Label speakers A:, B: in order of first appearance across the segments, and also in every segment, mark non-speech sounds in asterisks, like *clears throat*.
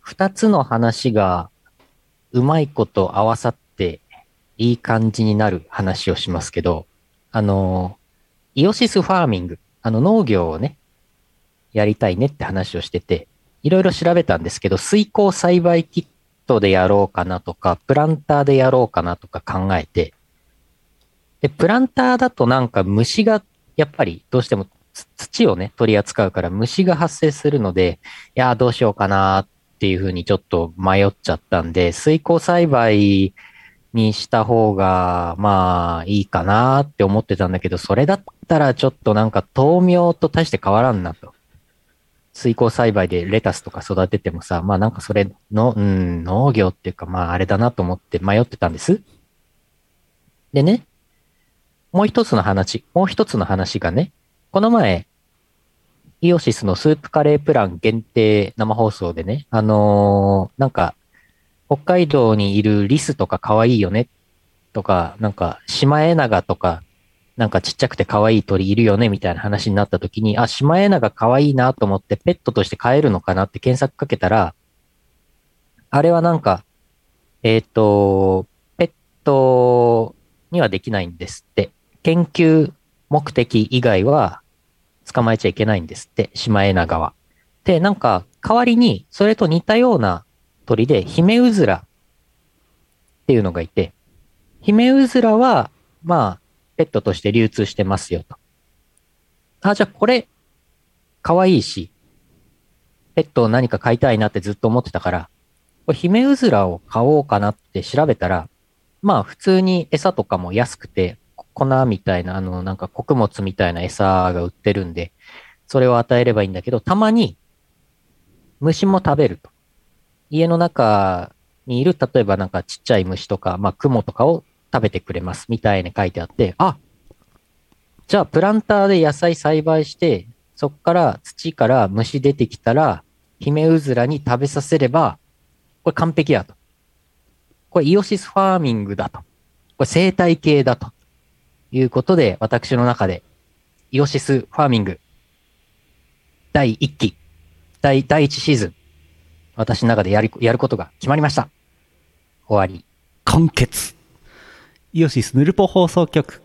A: 二つの話がうまいこと合わさっていい感じになる話をしますけど、あの、イオシスファーミング、あの農業をね、やりたいねって話をしてて、いろいろ調べたんですけど、水耕栽培キットでやろうかなとか、プランターでやろうかなとか考えて、で、プランターだとなんか虫が、やっぱりどうしてもつ土をね、取り扱うから虫が発生するので、いやーどうしようかなーっていうふうにちょっと迷っちゃったんで、水耕栽培にした方が、まあいいかなーって思ってたんだけど、それだったらちょっとなんか豆苗と大して変わらんなと。水耕栽培でレタスとか育ててもさ、まあなんかそれの、うん、農業っていうかまああれだなと思って迷ってたんです。でね、もう一つの話、もう一つの話がね、この前、イオシスのスープカレープラン限定生放送でね、あのーなんか、北海道にいるリスとか可愛いよねとか、なんか、シマエナガとか、なんかちっちゃくて可愛い鳥いるよねみたいな話になった時に、あ、シマエナガ可愛いなと思ってペットとして飼えるのかなって検索かけたら、あれはなんか、えっ、と、ペットにはできないんですって。研究目的以外は捕まえちゃいけないんですって、シマエナガは。で、なんか、代わりに、それと似たような鳥で、ヒメウズラっていうのがいて、ヒメウズラは、まあ、ペットとして流通してますよと。あ、じゃあこれ、可愛いし、ペットを何か飼いたいなってずっと思ってたから、これヒメウズラを飼おうかなって調べたら、まあ普通に餌とかも安くて、粉みたいな、あの、なんか穀物みたいな餌が売ってるんで、それを与えればいいんだけど、たまに虫も食べると。家の中にいる、例えばなんかちっちゃい虫とか、まあ雲とかを食べてくれますみたいに書いてあって、あじゃあプランターで野菜栽培して、そっから土から虫出てきたら、ヒメウズラに食べさせれば、これ完璧やと。これイオシスファーミングだと。これ生態系だと。いうことで、私の中で、イオシスファーミング、第1期、第、第1シーズン、私の中でやる、やることが決まりました。終わり。
B: 完結イオシスヌルポ放送局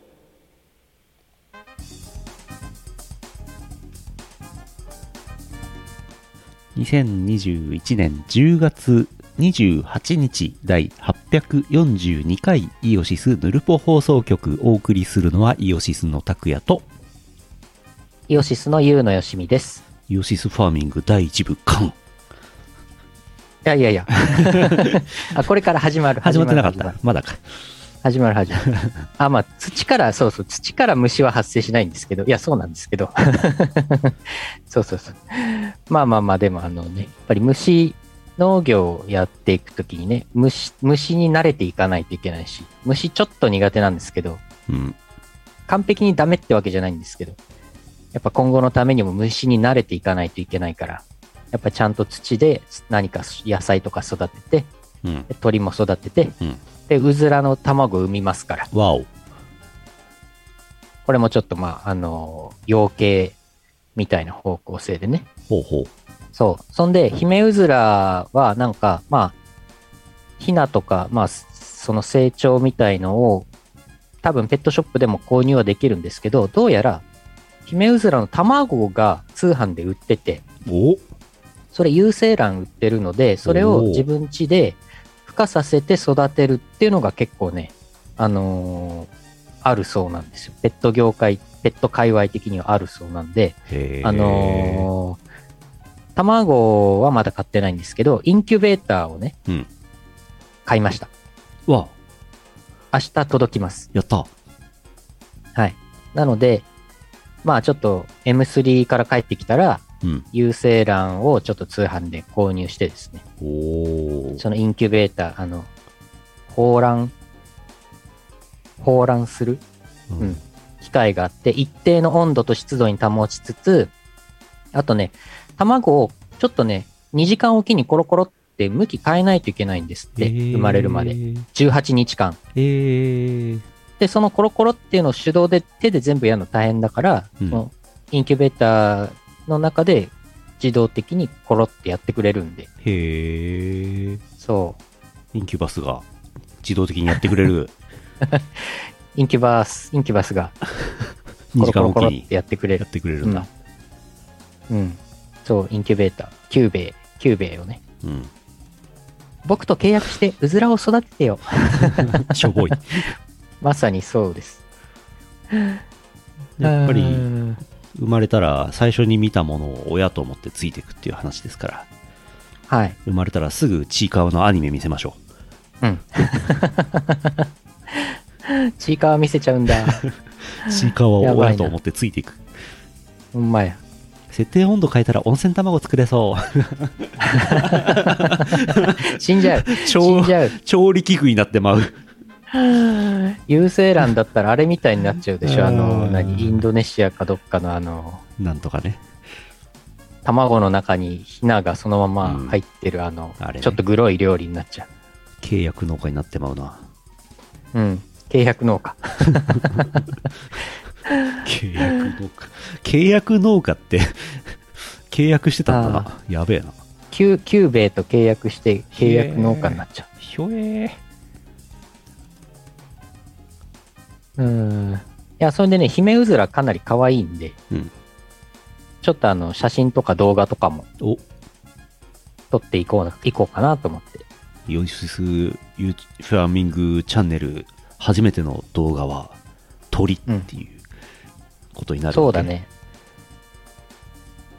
B: 2021年10月28日第842回イオシスヌルポ放送局お送りするのはイオシスの拓也と
A: イオシスのゆうのよしみです。
B: イオシスファーミング第1部完
A: いやいやい
B: *laughs*
A: や。あ、これから始まる。
B: 始まってなかっ
A: 始ま
B: た
A: る。
B: まだか
A: 始まる、始ま
B: *laughs*
A: る。始まるあ、まあ、土から、そうそう、土から虫は発生しないんですけど、いや、そうなんですけど。 *laughs* そうそうそう。まあまあまあ、でも、あのね、やっぱり虫、農業をやっていくときにね、虫、虫に慣れていかないといけないし、虫ちょっと苦手なんですけど、
B: うん
A: 完璧にダメってわけじゃないんですけど、やっぱ今後のためにも虫に慣れていかないといけないから、やっぱちゃんと土で何か野菜とか育てて、
B: うん
A: 鳥も育てて、
B: うん
A: で、うずらの卵を産みますから、
B: わお
A: これもちょっとまあ、あの、養鶏みたいな方向性でね。
B: ほうほう
A: そう。そんで、ヒメウズラはなんか、まあ、ヒナとか、まあ、その成長みたいのを、多分ペットショップでも購入はできるんですけど、どうやら、ヒメウズラの卵が通販で売ってて、
B: お
A: それ有精卵売ってるので、それを自分家で孵化させて育てるっていうのが結構ね、あのーあるそうなんですよ。ペット業界、ペット界隈的にはあるそうなんで、
B: へえ
A: あのー卵はまだ買ってないんですけど、インキュベーターをね、
B: うん
A: 買いました。
B: わ
A: 明日届きます。
B: やった
A: はい。なので、まあちょっと M3 から帰ってきたら、
B: うん
A: 有精卵をちょっと通販で購入してですね、
B: おお
A: そのインキュベーター、あの、放卵、放卵する
B: うん
A: うん機械があって、一定の温度と湿度に保ちつつ、あとね、卵をちょっとね、2時間おきにコロコロって向き変えないといけないんですって、生まれるまで。18日間。
B: ええ
A: で、そのコロコロっていうのを手動で手で全部やるの大変だから、
B: うん
A: そのインキュベーターの中で自動的にコロってやってくれるんで、
B: へえ。
A: そう、
B: インキュバスが自動的にやってくれる。
A: インキュバス、インキュバスが *laughs* コロ
B: 2時
A: コ
B: 間
A: ロ
B: おき
A: コロっ
B: に
A: てやってくれ
B: や
A: る。
B: ってくれるんだ。
A: うん。そう、インキュベーター、キューベイ、キューベイをね。
B: うん。
A: 僕と契約して、うずらを育ててよ。
B: しょ
A: *laughs*
B: ぼい。
A: まさにそうです。
B: やっぱ
A: う
B: り
A: ーん
B: 生まれたら最初に見たものを親と思ってついていくっていう話ですから、
A: はい。
B: 生まれたらすぐちいかわのアニメ見せましょう。
A: うん。 *laughs* ちいかわ見せちゃうんだ。
B: ちいかわを
A: やばい
B: 親
A: な
B: と思ってついていく。
A: ほんまや。
B: 設定温度変えたら温泉卵作れそう。 *laughs*
A: 死んじゃう。死
B: 調
A: んじゃう。
B: 調理器具になってまう。
A: 優勢欄だったらあれみたいになっちゃうでしょ。あ
B: う
A: の、
B: ん
A: 何インドネシアかどっかのあの、
B: なんとかね。
A: 卵の中にヒナがそのまま入ってるあの、
B: あれね
A: ちょっとグロい料理になっちゃ
B: 契約農家になってまうな。
A: う。うん。契約農家。
B: 契約農家。契約農家って、 *laughs* 契約してたんだな。やべえな。
A: キュキューベイと契約して契約農家になっちゃ
B: ひょえ
A: う。うん。いや、それでね、ヒメウズラかなり可愛いんで、
B: うん
A: ちょっとあの、写真とか動画とかも
B: ー。お、
A: 撮っていこうな、いこうかなと思って。
B: イオシスユーフラミングチャンネル、初めての動画は、鳥っていうことになる、
A: そうだ。ね。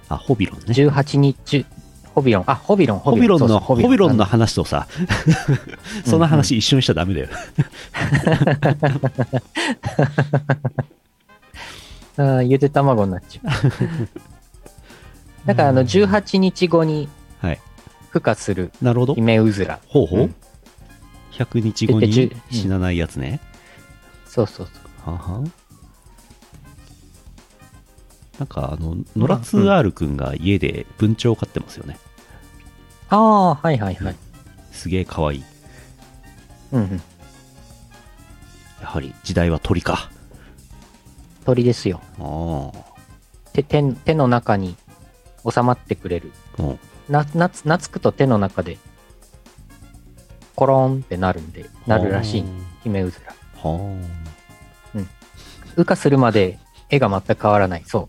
B: あ、ホビロンね。
A: 18日、ホビロン、あ、ホビロン、
B: ホビロン
A: そうそう
B: の、ホビロンの話とさ、その話一緒にしちゃダメだよ。
A: あーゆで卵になっち
B: *laughs*
A: ゃう。だからあの18日後に
B: はい。
A: 孵化する
B: なるほど
A: ヒ。メウズラ。
B: ほうほう。
A: うん
B: 100日後
A: で
B: に
A: で10
B: 死なないやつね。
A: そうそうそう。
B: ははなんかあの野良ツーアールくんが家で文鳥を飼ってますよね、
A: ああ、はいはいはい。
B: すげえかわいい
A: うんうん。
B: やはり時代は鳥か
A: 鳥ですよ。
B: ああ
A: 手手手の中に収まってくれる。
B: うん
A: な、なつ、なつくと手の中で、コロンってなるんで、なるらしい。ヒメウズラ。
B: は
A: 孵化するまで絵が全く変わらない。そう。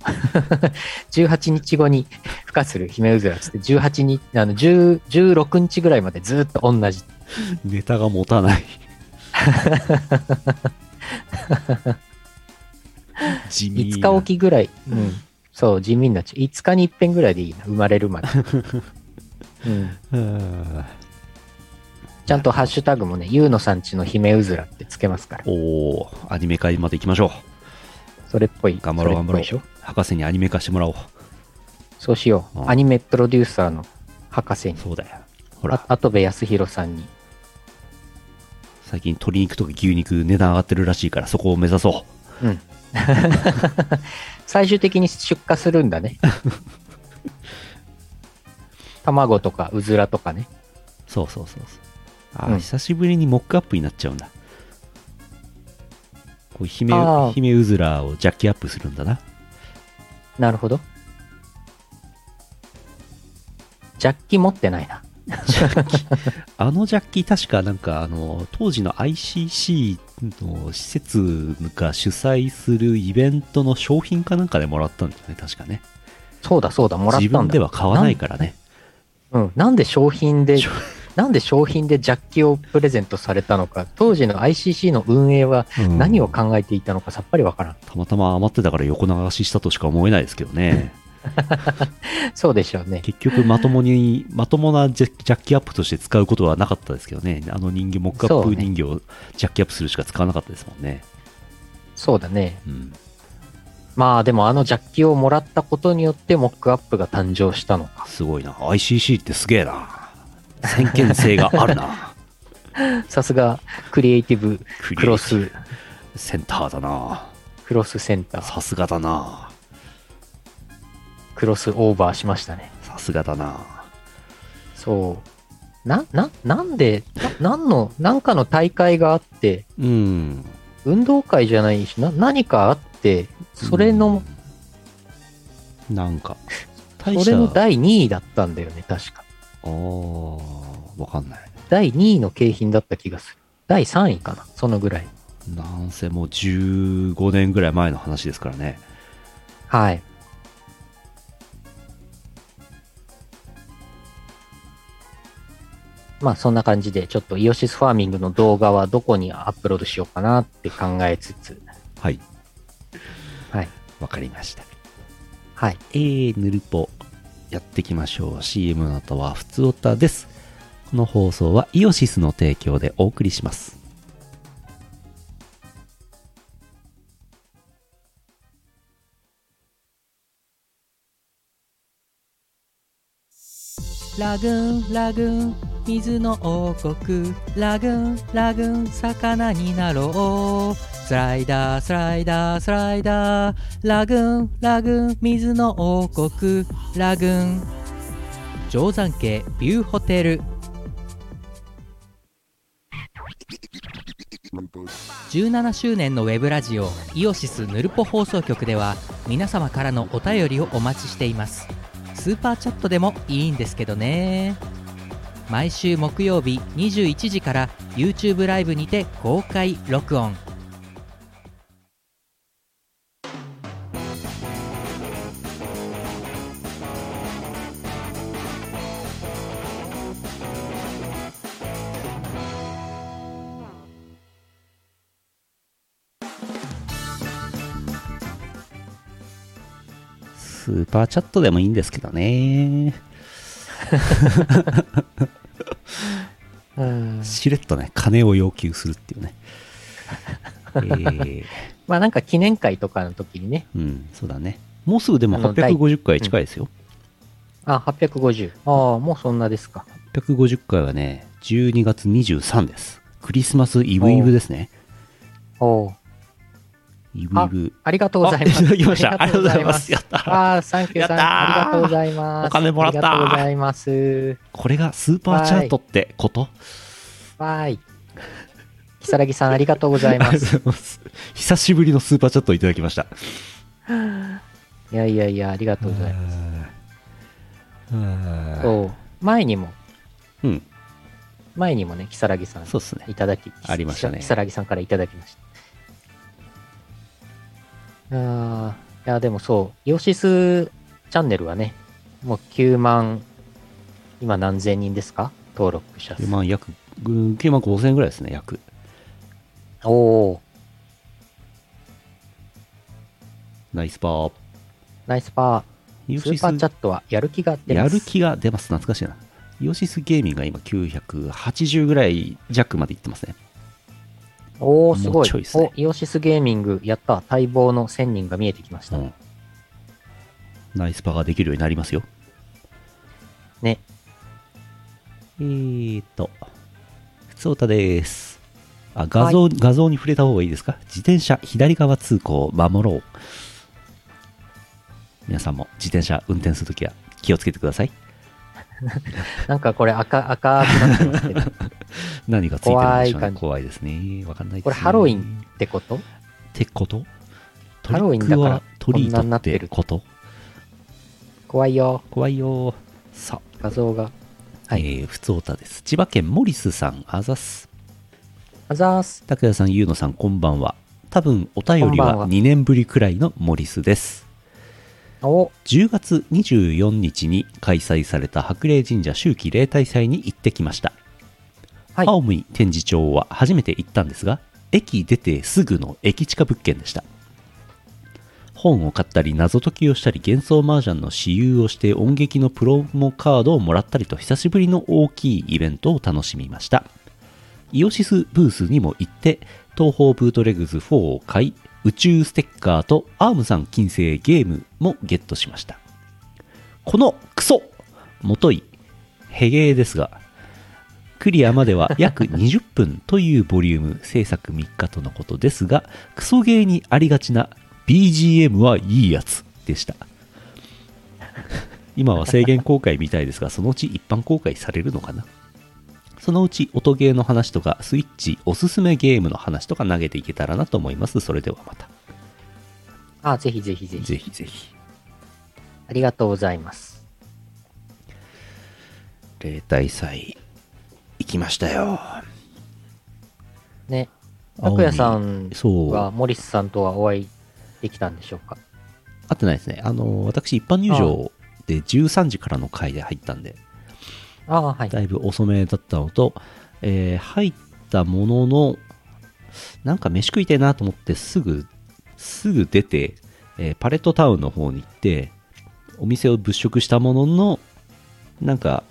A: 18日後に孵化するヒメウズラっつって、18日、あの、10 16日ぐらいまでずっと同じ。
B: あネタが持
A: *laughs*
B: たない地味
A: 5日おきぐらい、うん。そう、地味になっちゃう。5日に一遍ぐらいでいいな。生まれる *laughs* まで。うん。
B: うん
A: ちゃんとハッシュタグもね、ゆうのさんちのヒメウズラってつけますから。
B: おおアニメ化まで行きましょう
A: それっぽい。
B: 頑張ろう頑張ろ
A: それっぽいでし
B: う
A: ょ
B: 博士にアニメ化してもらおう
A: そうしよ
B: う
A: う。
B: ん
A: アニメプロデューサーの博士に。
B: そうだよほら
A: あ後部康弘さんに。
B: 最近鶏肉とか牛肉値段上がってるらしいからそこを目指そう
A: うん。最終的に出荷するんだ
B: *laughs*
A: ね。卵とかうずらとかね。
B: そうそうそうそうあー、
A: うん
B: 久しぶりにモックアップになっちゃうんだこう姫
A: あー
B: 姫うずらをジャッキアップするんだな
A: なるほど。ジャッキ持ってないな。 *laughs*
B: あのジャッキ確かなんかあの当時の ICC の施設が主催するイベントの商品かなんかでもらったんだよね確かね
A: そうだそうだ、もらったんだ。
B: 自分では買わないからね
A: なん。うん。なんで商品で
B: 商、
A: *laughs* なんで商品でジャッキをプレゼントされたのか、当時の ICC の運営は
B: うん
A: 何を考えていたのかさっぱりわからん。
B: たまたま余ってたから横流ししたとしか思えないですけどね
A: そうでしょうね。
B: 結局まともに *sighs* まともなジャジャッキアップとして使うことはなかったですけどねあの人形モックアッ
A: そ
B: プ
A: うね
B: 人形をジャッキアップするしか使わなかったですもんね
A: そうだね。
B: うん
A: まあでもあのジャッキをもらったことによってモックアップが誕生したのか。
B: すごいな ICC ってすげえな先見性があ
A: *laughs*
B: るな
A: *laughs* さすがクリエイティブ
B: ク
A: クロス、
B: センターだな
A: クロスセンター、
B: さすがだな
A: クロスオーバーしましたね。
B: さすがだな
A: そう。な、な、なんで、ななんの、なんかの大会があって、
B: うん
A: 運動会じゃないし、な、何かあって、それの、
B: うんなんか大
A: *laughs* そ
B: し
A: れ
B: た
A: の第2位だったんだよね、確か。
B: あーわかんない
A: 第2位の景品だった気がする。第3位かな、そのぐらい。
B: なんせもう15年ぐらい前の話ですからね
A: はい。まあそんな感じで、ちょっとイオシスファーミングの動画はどこにアップロードしようかなって考えつつ、
B: はい
A: はい
B: わかりました
A: はい。
B: えー、ぬるぽやっていきましょう CM の後はふつおたですこの放送はイオシスの提供でお送りします
C: ラグーンラグーン水の王国ラグーンラグーン魚になろうスライダースライダースライダーラグーンラグーン水の王国ラグーン定山渓ビューホテル17周年のウェブラジオイオシスヌルポ放送局では皆様からのお便りをお待ちしていますスーパーチャットでもいいんですけどね毎週木曜日21時から YouTube ライブにて公開録音
B: スーパーチャットでもいいんですけどね
A: うん
B: しれっとね金を要求するっていうねえー、
A: まあなんか記念会とかの時にね、
B: うんそうだねもうすぐでも
A: あの第
B: 850回近いですよ
A: あ、850。ああ、もうそんなですか。
B: 850回はね12月23ですクリスマスイブイブですね
A: おう
B: イブイブ
A: ありがとうござい *laughs* ます。
B: あいただきましたありがとうございます。やった
A: ああ、サンキューさん、
B: やったー
A: ありがとうございます。
B: お金もらった
A: ありがとうございます。
B: これがスーパーチャートってこと
A: わーい。如月さん、ありがとうござい
B: ありがと
A: ま
B: うご
A: *laughs* す。
B: ざいます *laughs* 久しぶりのスーパーチャットをいただきました
A: いやいやいや、ありがとうございます。そう前にも、
B: うん
A: 前にもね、如月さん、
B: そうですね
A: いただき、
B: ありましたね
A: 如月さんからいただきました。あーいや、でもそう、イオシスチャンネルはね、もう9万、今何千人ですか登録者数
B: 9。万約9万5000円ぐらいですね約
A: おお
B: ナイスパー
A: ー、ナイスパ
B: イ
A: ー。
B: オ
A: ス
B: シ
A: ー
B: ス
A: パーチャットはやる気が出
B: や
A: ます。
B: る気が出ます懐かしいなイオシスゲーミングが今980ぐらい弱までいってますね
A: おおす
B: もう
A: ごい。
B: ちょいっすね
A: お、イオシスゲーミング、やった。待望の1000人が見えてきました。
B: うんナイスパができるようになりますよ
A: ね。
B: えーと、ふつおたです。あ、画像、画像に触れた方がいいですか自転車左側通行を守ろう。皆さんも自転車運転するときは気をつけてください。
A: なんかこれ赤、赤くなってますけど。っ
B: 何がついてるんでしょうね。怖
A: 怖
B: い
A: い感じ
B: 怖いですね。わかんないですね
A: これハロウィンってこと
B: ってことト
A: ハ
B: リ
A: ロウィンだ
B: ッ
A: か
B: ク
A: ら
B: はトリ
A: こんなに
B: ート
A: な
B: っ
A: って
B: て
A: る
B: こと
A: 怖いよ。
B: 怖いよー。さあ、
A: 画像が。はい。
B: えー、ふつおたです。千葉県モリスさん、あざっす。
A: あざーす。
B: 拓也さん、ゆうのさん、こんばんは。多分お便
A: こん
B: り
A: ばん
B: は
A: は
B: 2年ぶりくらいのモリスです。
A: お
B: 10月24日に開催された白麗神社秋季例大祭に行ってきました、
A: はい
B: 青森展示場は初めて行ったんですが駅出てすぐの駅地下物件でした本を買ったり謎解きをしたり幻想麻雀の私有をして音劇のプロモカードをもらったりと久しぶりの大きいイベントを楽しみましたイオシスブースにも行って東方ブートレグズ4を買い宇宙ステッカーとアームさん金星ゲームもゲットしましたこのクソもといヘゲーですがクリアまでは約20分というボリューム制作3日とのことですがクソゲーにありがちな BGM はいいやつでした *laughs* 今は制限公開みたいですがそのうち一般公開されるのかなそのうち音ゲーの話とかスイッチおすすめゲームの話とか投げていけたらなと思いますそれではまた
A: あ、ぜひぜひぜひ。
B: ぜひぜひ
A: ありがとうございます。
B: 例大祭、行きましたよ。
A: ね、拓也さ
B: 青
A: ん
B: にそう。
A: はモリスさんとはお会いできたんでしょうか
B: 合ってないですね。あの、私、一般入場で13時からの回で入ったんで、
A: ああ、はい。
B: だいぶ遅めだったのと、えー入ったものの、なんか飯食いたいなと思って、すぐ、すぐ出て、えーパレットタウンの方に行って、お店を物色したものの、なんか、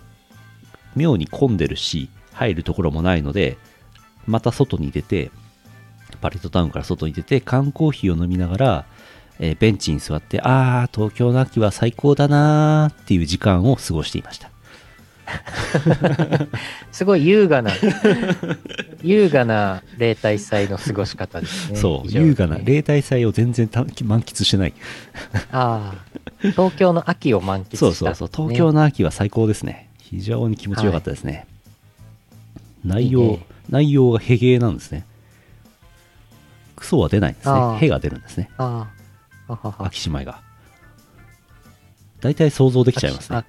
B: 妙に混んでるし、入るところもないので、また外に出て、パレットタウンから外に出て、缶コーヒーを飲みながら、えーベンチに座って、あー、東京の秋は最高だなーっていう時間を過ごしていました。
A: すごい優雅
B: *laughs*
A: な、優雅な例大祭の過ごし方ですね。
B: そう、
A: 非常にね
B: 優雅な、例大祭を全然た満喫してない。
A: ああ、東京の秋を満喫した、
B: そうそうそう、東京。の秋は最高ですね。非常に気持ちよかったですね。内容、
A: いいね
B: 内容がヘゲーなんですね。クソは出ないんです
A: あ
B: ね
A: あ。
B: ヘが出るんですね。
A: ああ、ははは。
B: 秋姉妹が。大体想像できちゃいますね
A: あ。。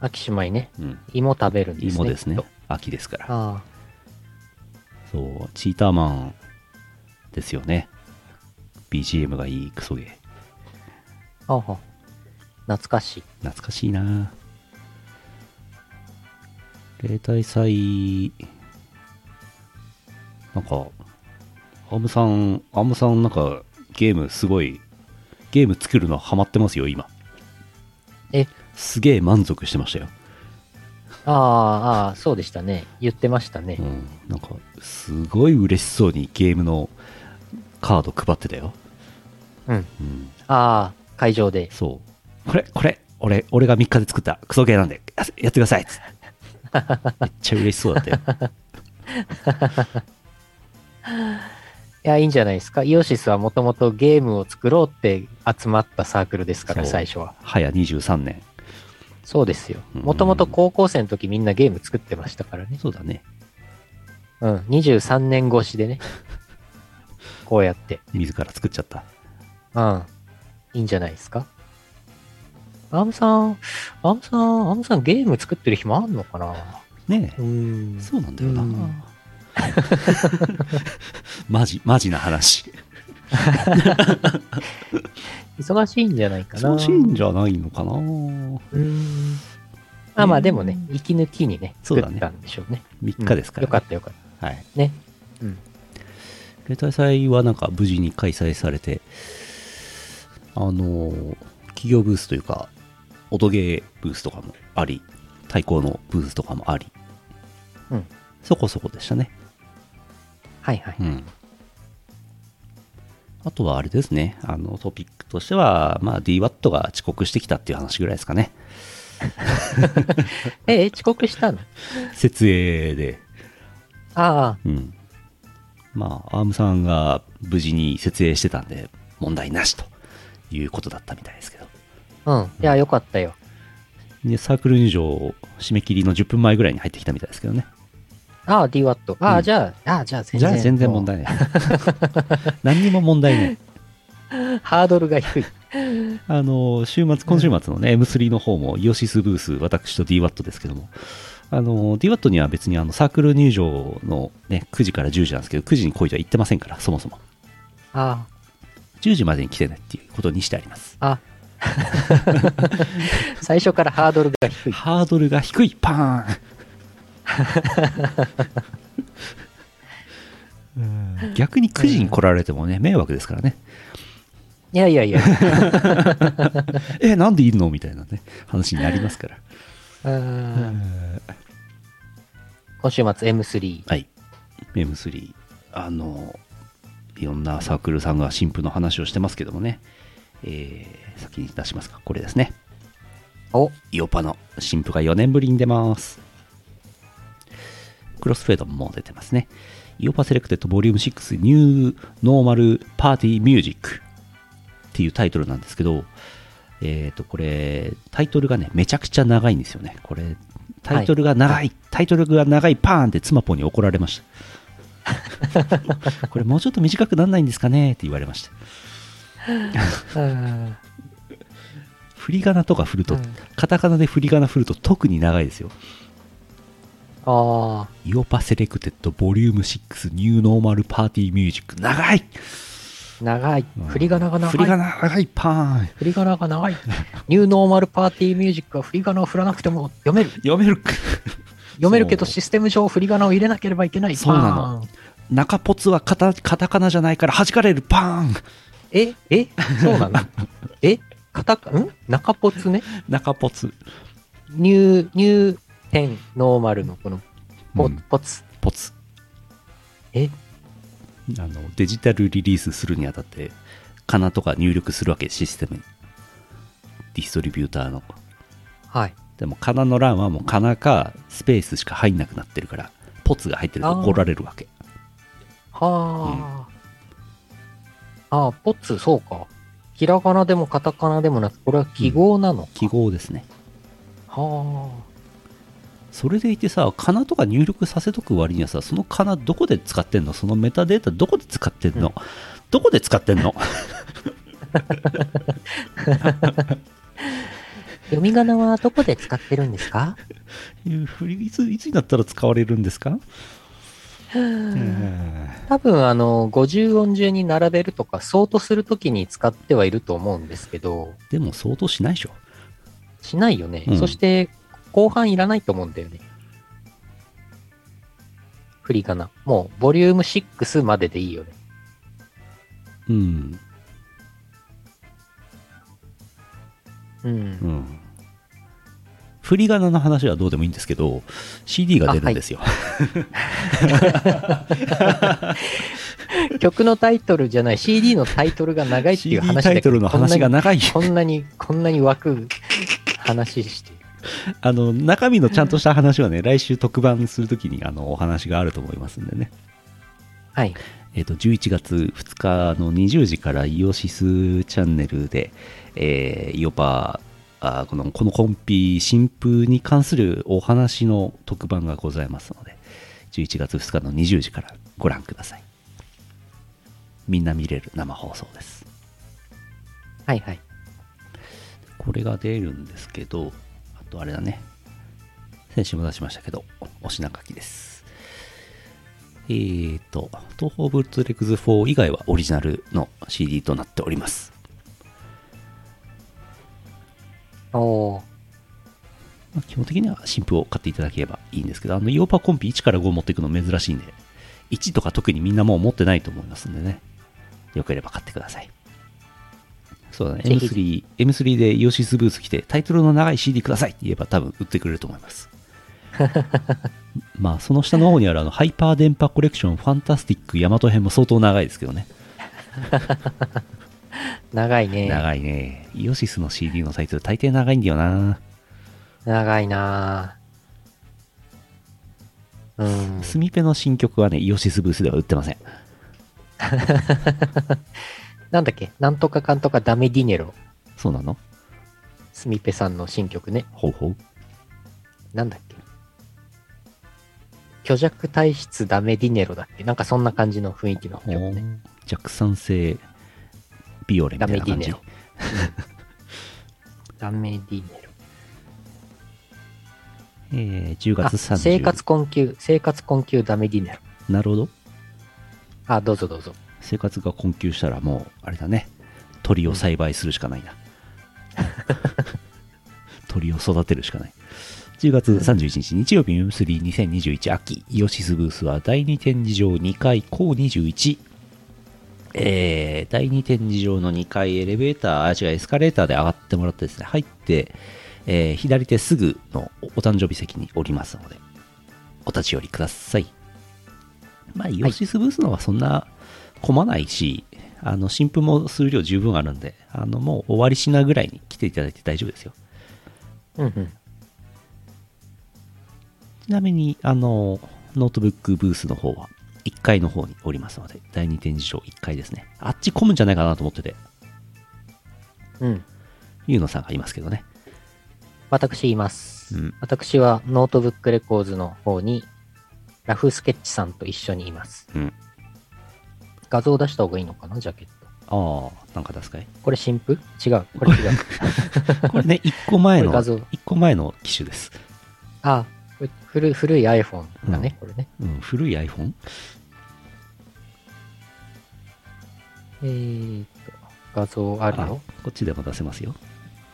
A: 秋姉妹ね。
B: うん、
A: 芋食べるんですね。
B: 芋です
A: き
B: ね
A: っと。
B: 秋ですから。
A: あ
B: そう、チーターマンですよね。BGM がいいクソゲー。
A: あ、ああは。懐かしい。
B: 懐かしいな例大祭なんかアームさんアームさんなんかゲームすごいゲーム作るのハマってますよ今
A: え、
B: すげえ満足してましたよ、
A: ああ、ああ、そうでしたね。言ってましたね
B: う。ん、なんかすごい嬉しそうにゲームのカード配ってたよ、
A: うん。
B: うん、
A: ああ、会場で。
B: そうこれこれ俺俺が3日で作ったクソゲーなんでややってくだ
A: *laughs*
B: さいっつってめっちゃ嬉しそうだったよ
A: いや、いいんじゃないですか。イオシスはもともとゲームを作ろうって集まったサークルですから、
B: そう
A: 最初は。
B: 早23年
A: そうですよ。
B: うん
A: もともと高校生の時みんなゲーム作ってましたからね。
B: そうだね
A: うん。23年越しで
B: *laughs*
A: ね。こうやって。
B: 自ら作っちゃった
A: うん。いいんじゃないですか。アームさん、アームさん、アームさんゲーム作ってる暇あんのかな
B: ね
A: う
B: え
A: ん。
B: そうなんだよな
A: うん
B: *laughs* マジマジな話
A: 忙しいんじゃないかな。
B: 楽しいんじゃないのかな
A: うん。あ、まあでもね、息抜きにね、
B: そう
A: 作
B: だね
A: ったんでしょうね。
B: 3日ですから、
A: よかったよかった
B: はい
A: た。ね。うん。
B: 例大祭はなんか無事に開催されてあのー企業ブースというか音ゲーブースとかもあり対抗のブースとかもあり、
A: うん
B: そこそこでしたね
A: はいはい。
B: うん。あとはあれですね、あのトピックとしては、まあ、DWAT が遅刻してきたっていう話ぐらいですかね。
A: え、え遅刻したの
B: 設営で。
A: ああ、
B: うん。まあ、アームさんが無事に設営してたんで、問題なしということだったみたいですけど。
A: うん。いや、よかったよ。
B: で、サークル入場、締め切りの10分前ぐらいに入ってきたみたいですけどね。
A: ああ、DWAT。あ
B: う
A: あ、
B: ん
A: じゃあ、ああ、じゃあ全然。
B: じゃあ全然問題ない。 *laughs* 何にも問題ない。
A: もう。ハードルが低い。
B: あの週末、今週末のね、M3 の方も、イオシスブース、私と DWAT ですけども、あの DWAT には別にあのサークル入場の、ね、9時から10時なんですけど、9時に来いとは言ってませんから、そもそも。
A: あ
B: 10時までに来てねっていうことにしてあります。 *laughs*
A: あ、あ最初からハードルが低い。
B: ハードルが低い、パ
A: *laughs*
B: ーンうん逆に9時に来られてもね、迷惑ですからね、
A: いやいやいや。
B: え、なんでいるのみたいなね、話になりますから。
A: うん今週末 M3。
B: はい。M3。あの、いろんなサークルさんが新婦の話をしてますけどもね。えー先に出しますか。これですね。
A: お、
B: イオパの新婦が4年ぶりに出ます。クロスフェードももう出てますね。イオパセレクテッドボリューム6ニューノーマルパーティーミュージックっていうタイトルなんですけど、えっ、と、これ、タイトルがね、めちゃくちゃ長いんですよね。これ、タイトルが長い、タイトルが長い、パーンって妻ぽに怒られました。こ *laughs* れもうちょっと短くなんないんですかねって言われました。
A: うん
B: 振り仮名とか振る
A: う
B: と、
A: ん
B: カタカナで振り仮名振ると特に長いですよ。
A: ああ、
B: イオパセレクテッドボリューム6ニューノーマルパーティーミュージック。長い
A: 長い。振り仮名が長い。
B: 振り仮名長いパーン。
A: 振り仮名が長い。ニューノーマルパーティーミュージックは振り仮名を振らなくても読める。
B: 読める。
A: 読めるけどシステム上振り仮名を入れなければいけない。
B: そうなの
A: パーン。
B: 中ポツはカタカタカナじゃないから弾かれるパーン。
A: ええそう
B: *laughs*
A: なのえカタカ、ん中ポツね。
B: 中ポツ。
A: ニュー、ニューテンノーマルのこのポ,、
B: うん
A: ポツ。
B: ポツ。
A: え
B: あのデジタルリリースするにあたってかなとか入力するわけシステムにディストリビューターの
A: はい。
B: でもかなの欄はもうかなかスペースしか入んなくなってるからポツが入ってると
A: あー
B: 怒られるわけ
A: はあ。ああ、ポツ、そうか。ひらがなでもカタカナでもなく、これは記号なの。
B: 記号ですね
A: は
B: それでいてさかなとか入力させとく割にはさそのかなどこで使ってんのそのメタデータどこで使ってんの、どこで使ってんの
A: あ。読み仮名はどこで使ってるんですか
B: *laughs* いうふりいついつになったら使われるんですか、えー
A: 多分、あの、50音順に並べるとか、ソートするときに使ってはいると思うんですけど、
B: でも相当しないでしょ
A: しないよね。
B: うん
A: そして、後半いらないと思うんだよね。振り仮名。もう、ボリューム6まででいいよね。
B: うん
A: うん
B: う。ん振り仮名の話はどうでもいいんですけど CD が出るんですよ、
A: 曲のタイトルじゃない、CD のタイトルが長いってい
B: CD
A: う話
B: タ
A: だけ
B: イトルの話が長い
A: こんなに、こんなに枠、話してる。
B: あの中身のちゃんとした話はね来週特番するときにあのお話があると思いますんでね
A: はい。
B: えっと11月2日の20時からイオシスチャンネルで、えーイオパあーこのこのコンピ新風に関するお話の特番がございますので11月2日の20時からご覧くださいみんな見れる生放送です
A: はいはい。
B: これが出るんですけど、あとあれだね。先週も出しましたけど、お品書きです。えーと、東方ブルーツレックス4以外はオリジナルの CD となっております。
A: おー
B: まあ基本的には新譜を買っていただければいいんですけど、あの、イオパコンピ1から5持っていくの珍しいんで、1とか特にみんなもう持ってないと思いますんでね。よければ買ってください。そうだね、
A: ぜひ
B: M3、M3 でイオシスブース来て、タイトルの長い CD くださいって言えば多分売ってくれると思
A: *laughs*
B: います。まあ、その下の方にあるあの、ハイパー電波コレクションファンタスティックヤマト編も相当長いですけどね。
A: 長いね。長い
B: 長いね。イオシスの CD のタイトル大抵長いんだよな。
A: なぁ。うん。
B: スミペの新曲はね、イオシスブースでは売ってません。
A: なんだっけなんとかかんとかダメディネロ。
B: そうなの
A: スミペさんの新曲ね。
B: ほうほう。
A: なんだっけ虚弱体質ダメディネロだっけなんかそんな感じの雰囲気の曲ね。
B: 弱酸性ビオレみたいな感じ
A: ダメディネロダメディネロ。
B: えー、10
A: あ
B: 月30
A: 生活困窮、生活困窮ダメディネロ。
B: なるほど
A: あ、どうぞどうぞ。
B: 生活が困窮したらもうあれだね鳥を栽培するしかないな、鳥を育てるしかない10月31日日曜日 M32021 秋イオシスブースは第2展示場2階高21えー、第2展示場の2階エレベーターあ違うエスカレーターで上がってもらってですね入って、えー左手すぐのおお誕生日席におりますのでお立ち寄りくださいまあイオシスブースのはそんな混まないし、あの新婦も数量十分あるんであのもう終わりしなぐらいに来ていただいて大丈夫ですよ
A: うんうん。
B: ちなみにあのノートブックブースの方は1階の方におりますので第2展示場1階ですねあっち混むんじゃないかなと思ってて
A: うん。
B: ゆうのさんがいますけどね
A: 私言います。
B: うん
A: 私はノートブックレコーズの方に、ラフスケッチさんと一緒にいます。
B: うん
A: 画像を出した方がいいのかなジャケット。
B: ああ、なんか出すかい
A: これ新譜違う。これ
B: *laughs*
A: 違う。
B: これね、 *laughs* 一個前
A: これ
B: の、
A: 画像
B: 一個前の機種です。
A: あ、これ古い古い iPhone だね、これね。
B: うん、古い iPhone?
A: えーっと、画像あるよ。
B: こっちでも出せますよ。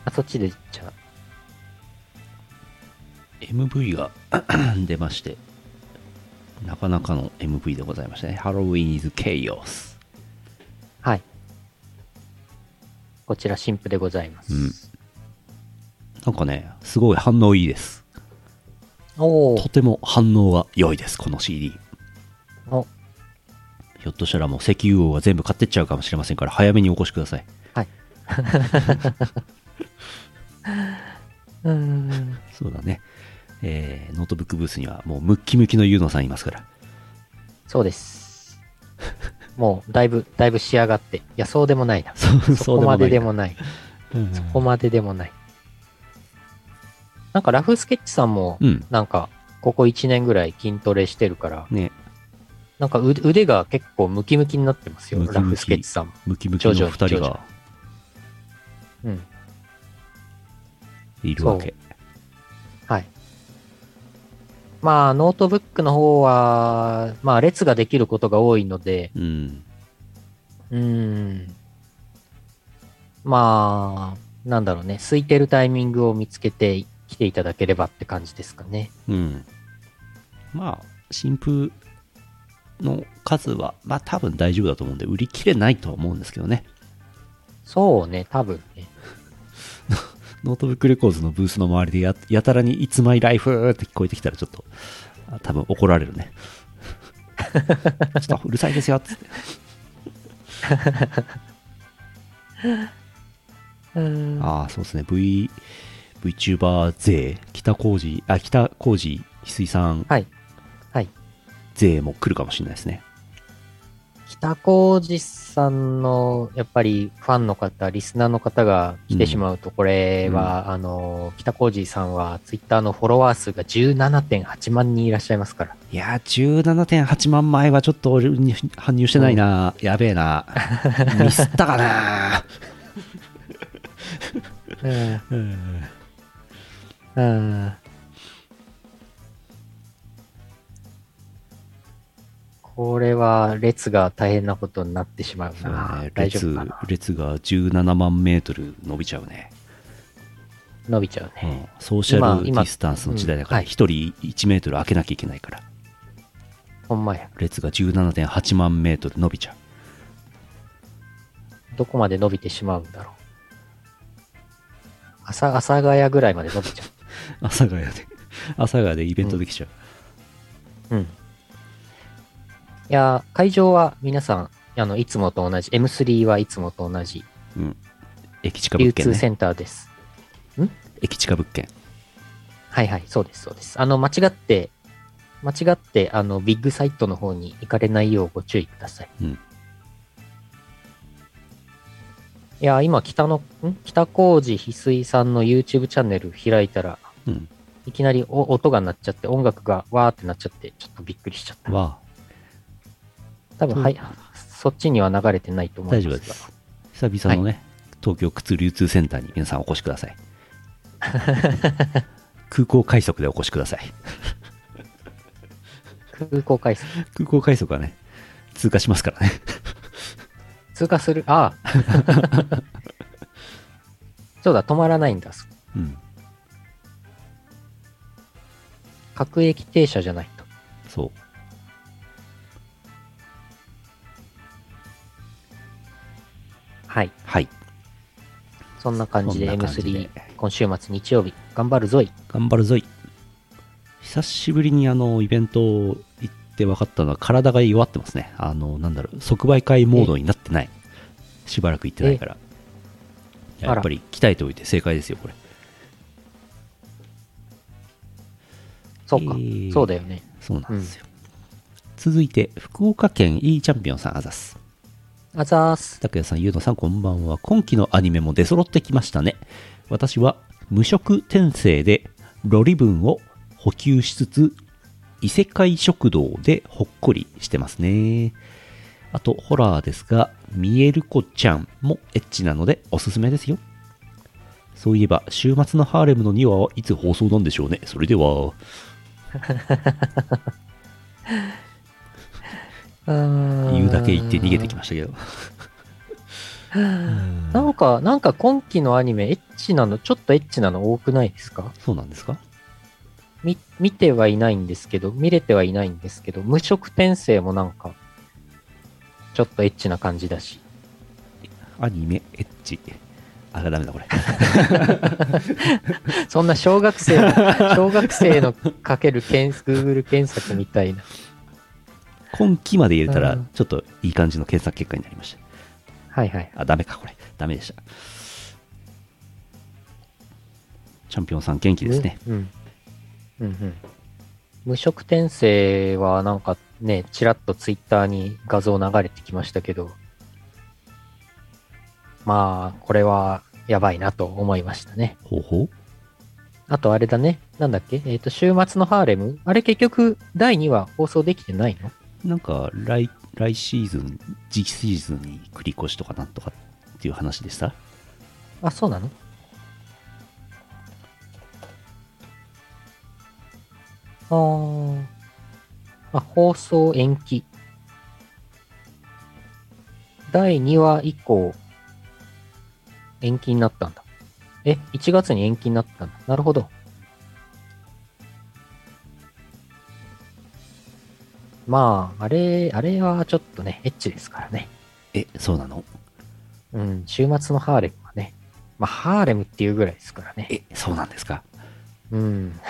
A: あ、そっちでいっちゃう。
B: MV が *clears throat* 出まして、なかなかの MV でございましたね。ハロウィン is chaos。
A: はい。こちら新譜でございます。
B: うんなんかね、すごい反応いいです。
A: お
B: と
A: ー
B: ても反応が良いです、この CD。
A: お、
B: ひょっとしたらもう石油王は全部買ってっちゃうかもしれませんから、早めにお越しください。
A: うーん。
B: そうだね。えーノートブックブースにはもうムッキムキのユーノさんいますから。
A: そうです。もう、だいぶ、だいぶ仕上がって。いや、そうでもないな。
B: *laughs* そう
A: そこまででもない。
B: そうでもない
A: そこまででもない。なんか、ラフスケッチさんも
B: う、ん。
A: なんか、ここ1年ぐらい筋トレしてるから、
B: ね、
A: なんか腕腕が結構ムキムキになってますよ、
B: ムキムキ
A: ラフスケッチさんも。
B: ムキムキの
A: 徐々
B: 2
A: に
B: 人
A: 徐々
B: が
A: にうん。
B: いるわけ。
A: はい。まあ、ノートブックの方は、まあ、列ができることが多いので、
B: うん。
A: うーん。まあ、なんだろうね、空いてるタイミングを見つけて来ていただければって感じですかね。
B: うん。まあ、新風の数は、まあ多分大丈夫だと思うんで、売り切れないとは思うんですけどね。
A: そうね、多分ね。
B: ノートブックレコーズのブースの周りでややたらに「いつまいライフ!」って聞こえてきたらちょっとあ多分怒られるねちょっとうるさいですよっつって
A: うーん。
B: ああそうですね V VTuber 勢北浩二あ北浩二翡翠さん
A: はい。はい。
B: 勢も来るかもしれないですね
A: 北浩二さんの、やっぱりファンの方、リスナーの方が来てしまうと、これは、あの、北浩二さんは、ツイッターのフォロワー数が17.8万人いらっしゃいますから。
B: いやー17.8万枚はちょっと俺に搬入してないな、やべ
A: *laughs*
B: えなミスったかな
A: うん
B: うん
A: うんこれは列が大変なことになってしまう
B: そう
A: な。
B: ね
A: 大丈夫
B: 列
A: かな
B: 列が17万メートル伸びちゃうね
A: 伸びちゃうね。
B: うんソーシャルデ
A: 今今
B: ィスタンスの時代だ
A: うん
B: から、
A: はい
B: 一人1メートル開けなきゃいけないから、
A: ほんまや。
B: 列が17.8万メートル伸びちゃう。
A: どこまで伸びてしまうんだろう。朝阿佐ヶ谷ぐらいまで伸びちゃ
B: 阿佐ヶ谷で、 *laughs* 阿佐ヶ谷でイベントできちゃ
A: *laughs*
B: う。
A: う。うん。いやー、会場は皆さん、あの、いつもと同じ、M3 はいつもと同じ、
B: 駅近物
A: 流
B: 件
A: 通
B: ね。
A: センターです。
B: 駅近物件。
A: はいはい、そうです、そうです。あの、間違って、間違って、あの、ビッグサイトの方に行かれないようご注意ください。
B: うん
A: いや、今、北の、ん北浩二翡翠さんの YouTube チャンネル開いたら、
B: うん。
A: いきなりお音が鳴っちゃって、音楽がわーってなっちゃって、ちょっとびっくりしちゃった。
B: は、
A: 多分、はい、そっちには流れてないと思いま
B: 大
A: す
B: 丈
A: が。
B: 夫です。久々のね、東京靴流通センターに皆さんお越しく
A: *laughs*
B: ださい。空港快速でお越しください。
A: 空港回数。
B: 空港快速はね、通過しますからね。
A: 通過する、
B: *laughs*
A: ああ。そうだ、止まらないんだ。
B: うん。
A: 各駅停車じゃないと。
B: そう。
A: はい。
B: はい。
A: そんな感じで
B: そんな感じ
A: M3
B: で
A: 今週末日曜日頑張るぞい。
B: 頑張るぞい久しぶりにあのイベント行って分かったのは体が弱ってますねあのなんだろう即売会モードになってないしばらく行ってないから
A: え
B: やっぱり鍛えておいて正解ですよこれ
A: そうか、
B: えー
A: そうだよね。
B: そうなんですよ、続いて福岡県 E チャンピオンさんあざっす
A: あざーす。
B: 拓也さん、ゆうのさん、こんばんは。今期のアニメも出揃ってきましたね。私は無職転生でロリ分を補給しつつ、異世界食堂でほっこりしてますね。あと、ホラーですが、ミエルコちゃんもエッチなのでおすすめですよ。そういえば、週末のハーレムの2話はいつ放送なんでしょうね。それでは、
A: 言
B: 言うだけ言って逃げてきま
A: し
B: したけど。 *laughs*
A: たなんか、なんか今期のアニメ、エッチなの、ちょっとエッチなの多くないですか
B: そうなんですか
A: み、見てはいないんですけど、見れてはいないんですけど、無色転生もなんか、ちょっとエッチな感じだし。
B: アニメ、エッチ。あ、ダメだこれ。 *laughs*
A: そんな小学生
B: *laughs*
A: の、小学生のかける検索、Google 検索みたいな。
B: 今期まで入れた
A: う
B: ら
A: ん、
B: ちょっといい感じの検索結果になりました。
A: はいはい。
B: あ、ダメか、これ。ダメでした。チャンピオンさん元気ですね。
A: うん。うんうん。無色転生はなんかね、ちらっとツイッターに画像流れてきましたけど、まあ、これはやばいなと思いましたね。
B: ほうほう
A: あとあれだね、なんだっけ、えっ、と、週末のハーレム、あれ結局第2話放送できてないの
B: なんか来、来シーズン、次シーズンに繰り越しとかなんとかっていう話でした
A: あ、そうなのあーあ、放送延期。第2話以降、延期になったんだ。え、1月に延期になったんだ。なるほど。まあ、あれ、あれはちょっとね、エッチですからね。
B: え、そうなの
A: うん、週末のハーレムはね。まあ、ハーレムっていうぐらいですからね。
B: え、そうなんですか
A: うん。 *laughs*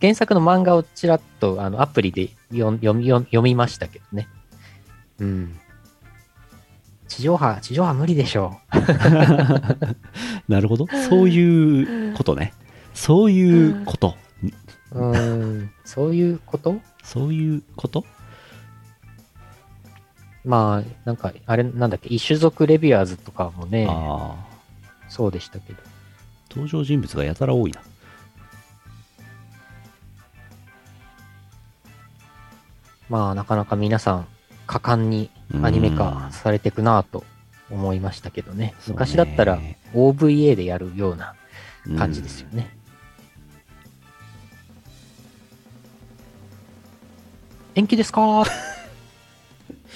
A: 原作の漫画をちらっとあのアプリで読ん読み読み読みましたけどね。うん。地上波、地上波無理でしょ
B: なるほど。そういうことね。そういうこと。
A: う。うん。 *laughs* そういうこと
B: そういうこと
A: まあ、なんか、あれ、なんだっけ、異種族レビュアーズとかもね、
B: ああ。
A: そうでしたけど。
B: 登場人物がやたら多いな。
A: まあ、なかなか皆さん、果敢にアニメ化されてくなぁと思いましたけどね。
B: そうね
A: 昔だったら OVA でやるような
B: うん
A: 感じですよ。ね。延期です *laughs* か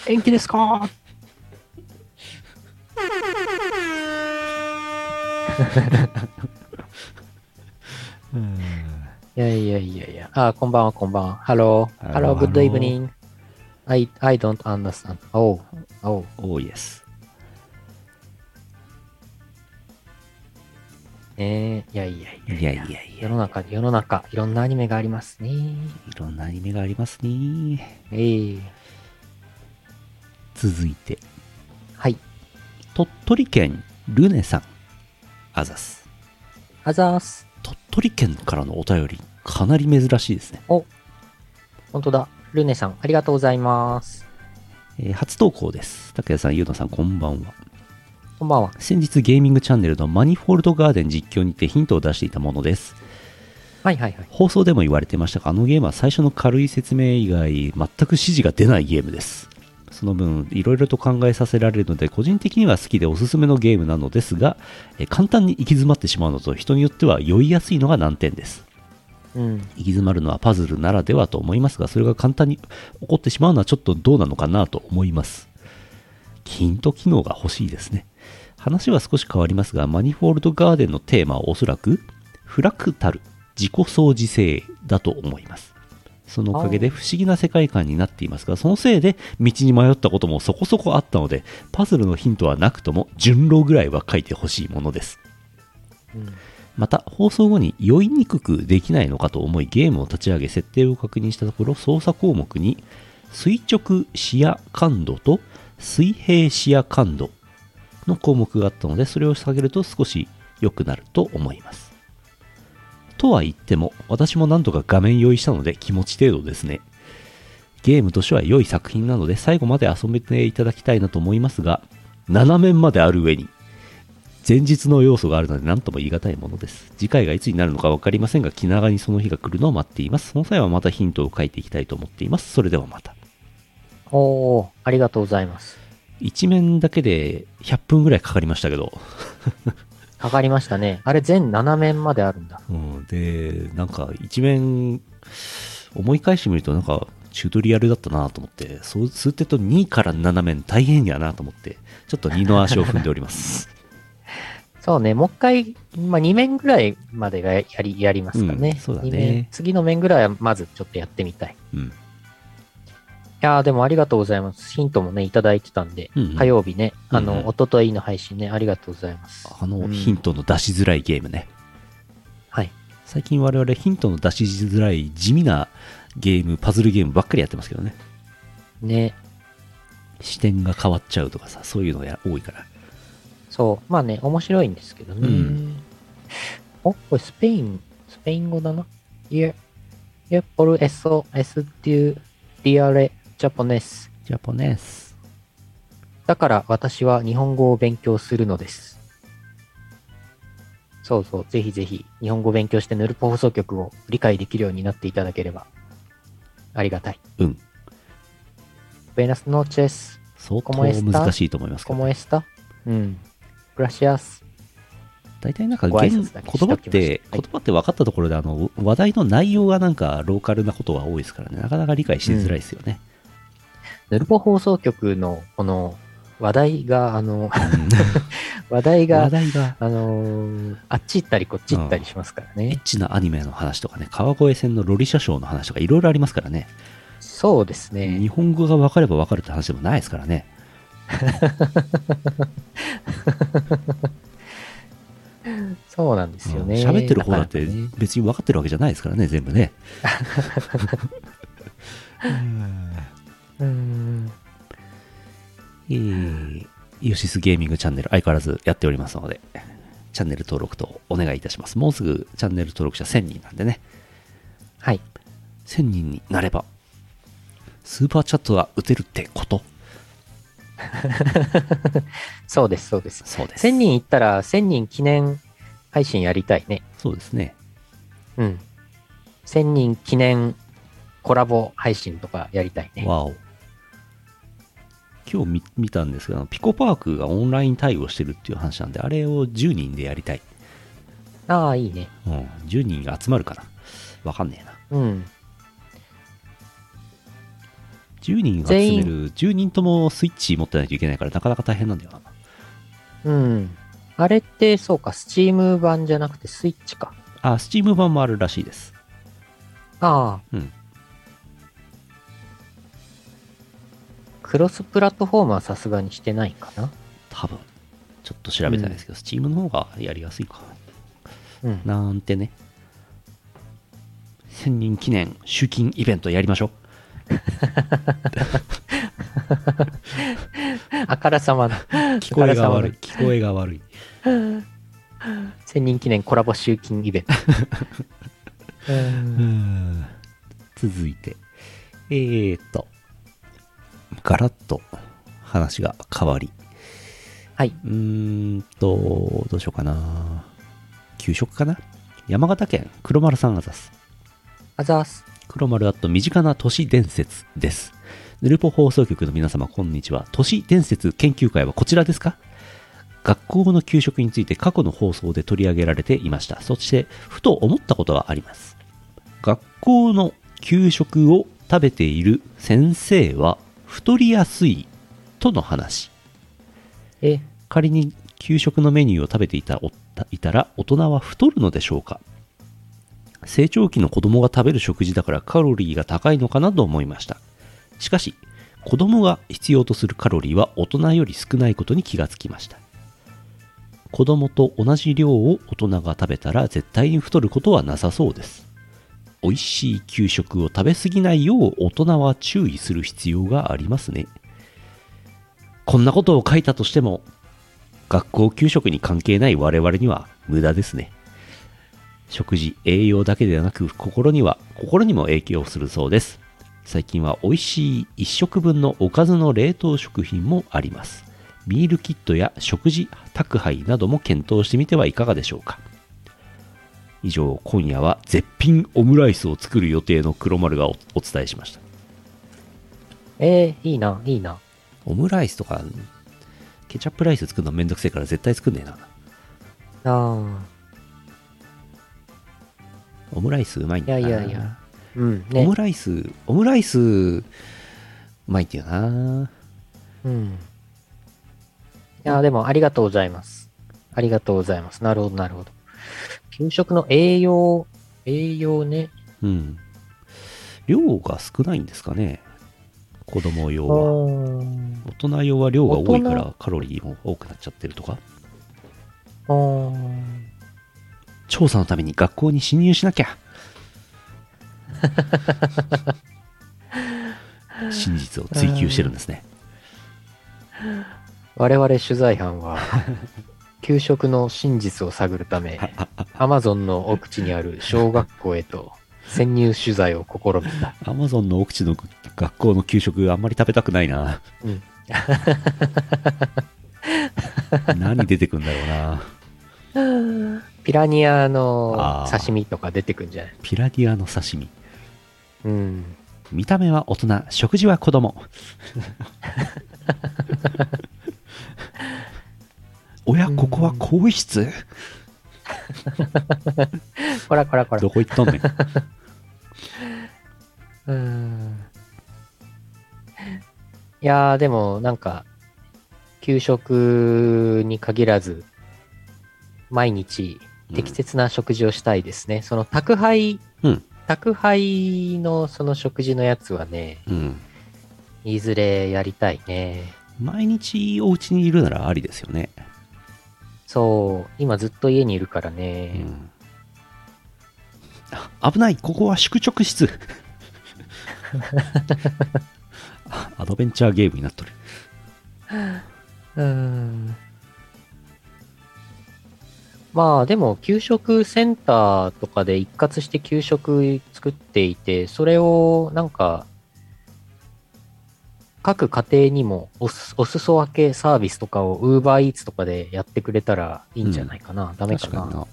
A: 延期ですか
B: うん
A: いやいやいやいや。あ、こんばんは、こんばんは。Hello.
B: Hello,
A: Hello, good
B: hello.
A: evening. I, I don't understand. Oh, oh.
B: 多いです。
A: ねえ、いやいやいや。
B: いやいやい
A: 世
B: や。
A: の中、世の中、いろんなアニメがありますね。
B: いろんなアニメがありますね。
A: ええ
B: 続いて、
A: はい。
B: 鳥取県ルネさん。あざす。
A: あざーす。
B: 鳥取県からのお便り、かなり珍しいですね。
A: 本当だ。ルネさん、ありがとうございます。
B: えー初投稿です。竹谷さん、ゆうなさん、こんばんは。
A: こんばんは。
B: 先日ゲーミングチャンネルのマニフォールドガーデン実況にてヒントを出していたものです。
A: はいはいはい。
B: 放送でも言われてましたが、あのゲームは最初の軽い説明以外、全く指示が出ないゲームです。その分、いろいろと考えさせられるので、個人的には好きでおすすめのゲームなのですが、えー簡単に行き詰まってしまうのと、人によっては酔いやすいのが難点です。
A: うん。
B: 行き詰まるのはパズルならではと思いますが、それが簡単に起こってしまうのはちょっとどうなのかなと思います。ヒント機能が欲しいですね。話は少し変わりますが、マニフォールドガーデンのテーマはおそらく、フラクタル、自己相似性だと思います。そのおかげで不思議な世界観になっていますが、そのせいで道に迷ったこともそこそこあったので、パズルのヒントはなくとも順路ぐらいは書いてほしいものです。
A: うん
B: また放送後に酔いにくくできないのかと思いゲームを立ち上げ設定を確認したところ操作項目に垂直視野感度と水平視野感度の項目があったのでそれを下げると少し良くなると思いますとは言っても私も何度か画面酔いしたので気持ち程度ですねゲームとしては良い作品なので最後まで遊べていただきたいなと思いますが斜面まである上に前日の要素があるので何とも言い難いものです次回がいつになるのか分かりませんが気長にその日が来るのを待っていますその際はまたヒントを書いていきたいと思っていますそれではまた
A: おー、ありがとうございます。
B: 一面だけで100分ぐらいかかりましたけど、
A: かかりましたね。あれ全7面まであるんだ。
B: うん、で、なんか一面、思い返してみるとなんかチュートリアルだったなと思って、そうすると2から7面大変やなと思って、ちょっと二の足を踏んでおります。
A: そうね、もう一回、まあ、2面ぐらいまでがやりやりますかね。
B: うんそうだね
A: 二面次の面ぐらいはまずちょっとやってみたい。
B: うん。
A: いやーでもありがとうございます。ヒントもね、いただいてたんで、
B: うんうん
A: 火曜日ね、あの、
B: うんうん
A: 一昨日の配信ね、ありがとうございます。
B: あの
A: *laughs* うん
B: ヒントの出しづらいゲームね。
A: はい。
B: 最近我々ヒントの出しづらい地味なゲーム、パズルゲームばっかりやってますけどね。
A: ね、
B: 視点が変わっちゃうとかさ、そういうのや多いから。
A: そう。まあね、面白いんですけどね。
B: うん
A: お、これスペイン、スペイン語だな。いえ、いえ、ポルエソ、エスデュディアレ、ジャポネス。
B: ジャポネス。
A: だから私は日本語を勉強するのです。そうそう、ぜひぜひ、日本語を勉強してヌルポ放送局を理解できるようになっていただければ、ありがたい。
B: うん。
A: ベナスノーチェス。
B: 相当
A: コモエスタ
B: 難しいと思いますけ
A: コモ
B: ど。
A: エスタうん。グラシアス。
B: 大体なんか
A: ご挨
B: 言
A: 拶
B: 言
A: だけしておきま
B: 葉っ
A: した
B: て、
A: はい
B: 言葉って分かったところで、あの、話題の内容がなんかローカルなことが多いですからね、なかなか理解しづらいですよね。
A: ヌルポ放送局のこの話題が、あの、話題 *laughs*
B: うん話
A: が、
B: 題が、
A: あのーあっち行ったりこっち行ったりしますから
B: エ
A: ね
B: ッ。チなアニメの話とかね、川越線のロリ車掌の話とかいろいろありますからね。
A: そうですね。
B: 日本語が分かれば分かるって話でもないですからね。
A: そうなんですよね。
B: うん喋ってる方だって
A: なかなかね
B: 別に分かってるわけじゃないですからね、全部ね。
A: うーん。
B: えーイオシスゲーミングチャンネル相変わらずやっておりますので、チャンネル登録とお願いいたします。もうすぐチャンネル登録者1000人なんでね、
A: はい。
B: 1000人になれば、スーパーチャットが打てるってこと
A: そうです、そうです。
B: そうです。
A: 1000人行ったら、1000人記念配信やりたいね。
B: そうですね。
A: うん。1000人記念コラボ配信とかやりたいね。
B: わお。今日見見たんですが、ピコパークがオンライン対応してるっていう話なんで、あれを10人でやりたい。
A: ああ、いいね。
B: うん、10人が集まるかな。わかんねえな。
A: うん。
B: 10人が集める、10人ともスイッチ持ってないといけないから、なかなか大変なんだよな。
A: うん。あれって、そうか、スチーム版じゃなくてスイッチか。
B: あ、スチーム版もあるらしいです。
A: ああ。
B: うん
A: クロスプラットフォームはさすがにしてないかな。
B: 多分。ちょっと調べてないですけど、スチームの方がやりやすいか。
A: うん。
B: なんてね。1000人記念集金イベントやりましょう。
A: あからさまな。
B: *laughs* 聞こえが悪い
A: あ。
B: 聞こえが悪い。
A: 千人記念コラボ集金イベン
B: *laughs*
A: ト。うん
B: うん続いて、えーと、ガラッと話が変わり、
A: はい。
B: うーんと、どうしようかな。給食かな山形県黒丸さんあざす。
A: あざーす。
B: 黒丸アット身近な都市伝説です。ヌルポ放送局の皆様、こんにちは。都市伝説研究会はこちらですか学校の給食について過去の放送で取り上げられていました。そして、ふと思ったことがあります。学校の給食を食べている先生は太りやすいとの話。
A: え、
B: 仮に給食のメニューを食べていたおいたら大人は太るのでしょうか成長期の子供が食べる食事だからカロリーが高いのかなと思いましたしかし子供が必要とするカロリーは大人より少ないことに気がつきました子供と同じ量を大人が食べたら絶対に太ることはなさそうです美味しい給食を食べ過ぎないよう大人は注意する必要がありますねこんなことを書いたとしても学校給食に関係ない我々には無駄ですね食事栄養だけではなく心には心にも影響するそうです最近は美味しい1食分のおかずの冷凍食品もありますミールキットや食事宅配なども検討してみてはいかがでしょうか以上今夜は絶品オムライスを作る予定の黒丸がおお伝えしました
A: えーいいな、いいな。
B: オムライスとか、ケチャップライス作るのめんどくせえから絶対作んねえな。
A: あ
B: オムライスうまいんだよない
A: やいやいや。あ。うん。ね。
B: オムライス、オムライス、うまいっていうな。
A: うん。いや、でも、ありがとうございます。ありがとうございます。なるほど、なるほど。給食の栄養、栄養ね。
B: うん。量が少ないんですかね。子供用
A: あ
B: は。大人用は量が多いか
A: 大
B: らカロリーも多くなっちゃってるとか。
A: あ。
B: 調査のために学校に侵入しなきゃ
A: *laughs*
B: 真実を追求してるんですね。
A: 我々取材班 *laughs* は、給食の真実を探るため、アマゾンの奥地にある小学校へと潜入取材を試みた。
B: アマゾンの奥地の学校の給食あんまり食べたくないな。
A: うん。
B: 何出てくんだろうな。
A: ピラニアの
B: あー
A: 刺身とか出てくんじゃない
B: ピラディアの刺身。
A: うん。
B: 見た目は大人、食事は子
A: *laughs*
B: 供。おや、ここは更衣室
A: こらこらこら。
B: どこ行っとんねん。
A: うーんいやー、でもなんか、給食に限らず、毎日 *laughs* 適切な食事をしたいですね。その宅配、
B: うん
A: 宅配のその食事のやつはね、
B: うん。
A: いずれやりたいね。
B: 毎日お家にいるならありですよね。
A: そう、今ずっと家にいるから
B: う
A: ね。
B: ん。あ危ないここは宿
A: *laughs*
B: 直室あアドベンチャーゲームになっとる。
A: うーん。まあでも、給食センターとかで一括して給食作っていて、それをなんか、各家庭にもおすお裾分けサービスとかを UberEats とかでやってくれたらいいんじゃないかな。ダメか
B: 確か
A: な。
B: にな。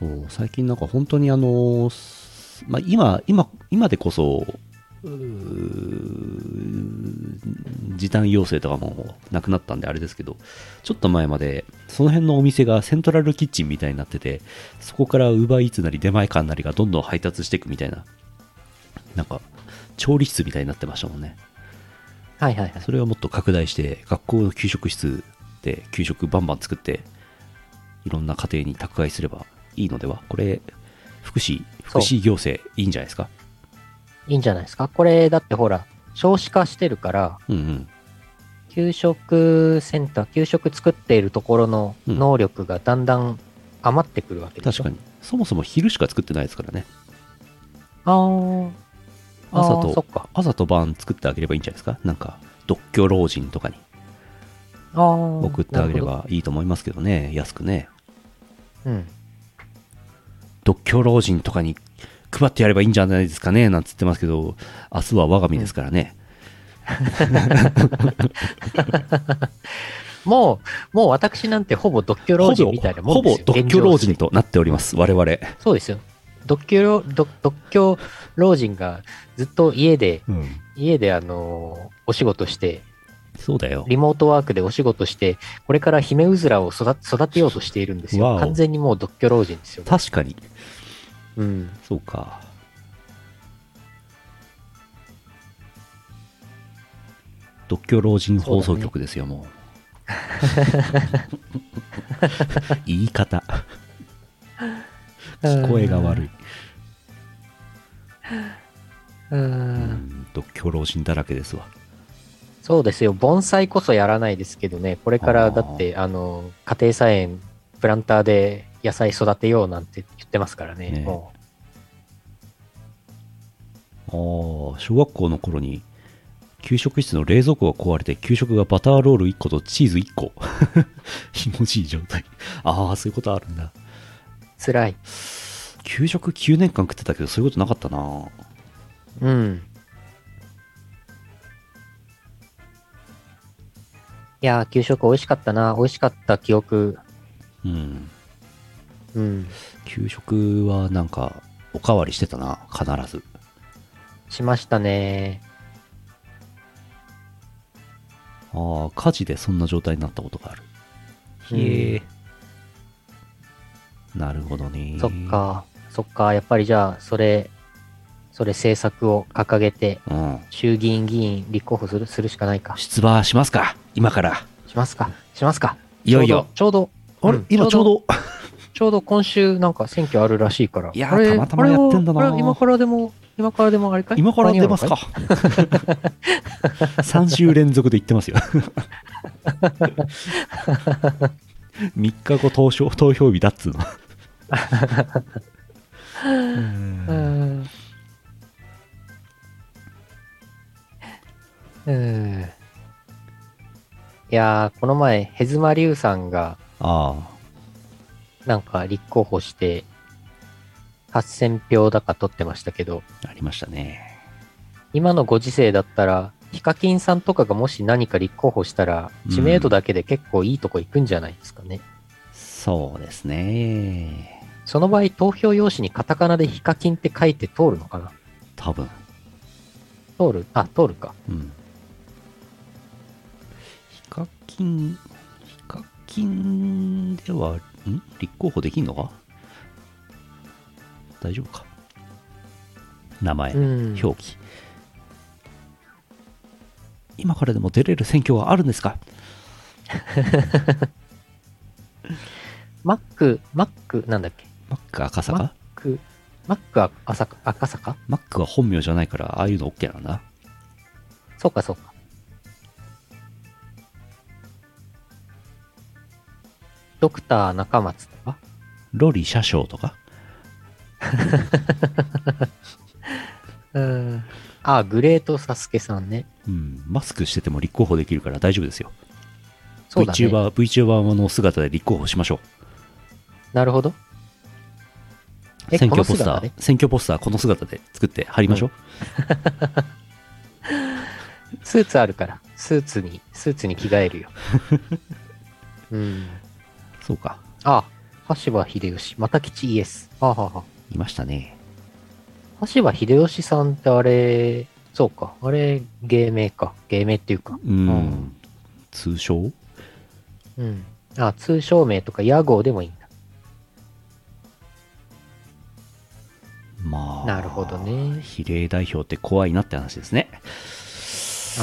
B: そう、最近なんか本当にあの、すまあ、今、今、今でこそ、うー時短要請とかもなくなったんであれですけど、ちょっと前まで、その辺のお店がセントラルキッチンみたいになってて、そこからウーバーイーツなり出前館なりがどんどん配達していくみたいな、なんか、調理室みたいになってましたもんね。
A: はいはいはい。
B: それをもっと拡大して、学校の給食室で給食バンバン作って、いろんな家庭に宅配すればいいのではこれ、福祉、福
A: そう
B: 祉行政いいんじゃないですか
A: いいんじゃないですか。これ、だってほら、少子化してるから、
B: うんうん。
A: 給食センター、給食作っているところの
B: うん
A: 能力がだんだん余ってくるわけでし
B: 確
A: ょ。
B: かに。そもそも昼しか作ってないですからね。
A: あーあー、
B: 朝と
A: そっか。
B: 朝と晩作ってあげればいいんじゃないですかなんか、独居老人とかに
A: ああ。
B: 送ってあげれ
A: なる
B: ばいいと思いますけどね。安くね。
A: ほど。うん。
B: 独居老人とかに配ってやればいいんじゃないですかねなんつってますけど、明日は我が身ですからね。
A: もう、もう私なんてほぼ独居老人みたいなも
B: ほ
A: んで
B: ぼ
A: すよ。
B: 独居老人
A: 現状
B: となっております、我々。
A: すでに。そうですよ。独居老、独独居老人がずっと家で、家であのーお仕事して、
B: そうだよ。
A: リモートワークでお仕事して、これからヒメウズラを育て育てようとしているんです
B: わ
A: よ。
B: お
A: 完全にもう独居老人ですよ。
B: 確かに。
A: うん。
B: そうか。独居老人放送局ですよ、もう。 *laughs* 言い方。聞こえが悪い。
A: う。
B: うんん、独居老人だらけですわ。
A: そうですよ。盆栽こそやらないですけどね、これからだって、あの、家庭菜園、プランターで野菜育てようなんて言ってますからね、
B: ねえ
A: も
B: ああ、小学校の頃に、給食室の冷蔵庫が壊れて、給食がバターロール1個とチーズ1個。 *laughs* ひもじい状態。ああ、そういうことあるんだ。
A: う、辛い。
B: 給食9年間食ってたけど、そういうことなかったな。
A: うん。いやー、給食美味しかったな。美味しかった記憶。
B: うん。
A: うん。
B: 給食はなんか、おかわりしてたな、必ず。
A: しましたね。
B: ああ、火事でそんな状態になったことがある。へえ。なるほどね。
A: そっ。か、そっか、やっぱりじゃあ、それ、それ政策を掲げて、
B: うん。
A: 衆議院議員立候補するするしかないか。し
B: 出馬しますか今から。
A: ますか、しますか。
B: いよいよ。
A: ちょうど、ちょうど
B: あれ、
A: うん
B: 今ちょうど。
A: ちょうど今週なんか選挙あるらしいから。
B: いやー
A: あれ
B: たまたまやってんだな
A: あれはあれは今からでも、今からでもあれかい
B: 今から出ますか。3週連続で言ってますよ。3日後投票投票日だっつうの。
A: 間に合うのかいうん。うん。いやー、この前、ヘズマリュウさんが、
B: あ
A: なんか立候補して、8000票だか取ってましたけど、
B: あ、ありましたね。
A: 今のご時世だったら、ヒカキンさんとかがもし何か立候補したら、知名度だけで結構いいとこ行くんじゃないですかね。
B: そうですね。
A: その場合、投票用紙にカタカナでヒカキンって書いて通るのかな
B: 多分。
A: 通るあ、通るか。
B: うん。ヒカキン、ヒカキンでは、ん立候補できんのか大丈夫か。名前。
A: うん。
B: 表記、今からでも出れる選挙はあるんですか
A: マック、マック、なんだっけ
B: マック赤
A: マッ
B: 坂
A: ク、マックは赤坂赤坂
B: マックは本名じゃないからああいうの OK なんだ
A: そうかそうか。ドクター中松とか
B: ロリ車掌とか
A: うん。あ、グレートサスケさんね。
B: うんマスクしてても立候補できるから大丈夫ですよ、
A: そうだね。
B: VTuber, VTuber の姿で立候補しましょ
A: なるほど。
B: う
A: え
B: 選挙ポスタ
A: この姿
B: ー、
A: で
B: 選挙ポスターこの姿で作って貼りましょう、
A: スーツあるから、スーツに、スーツに着替え
B: *laughs*
A: るよ。うん。
B: そうか
A: あ、羽柴秀吉、また吉イエス。はあ、はあはあ、
B: いましたね
A: 羽柴秀吉さんってあれ、そうか、あれ、芸名か。芸名っていうか。
B: うん、
A: うん
B: 通称
A: うん。あ、通称名とか屋号でもいいんだ。
B: まあ
A: なるほどね
B: 比例代表って怖いなって話ですね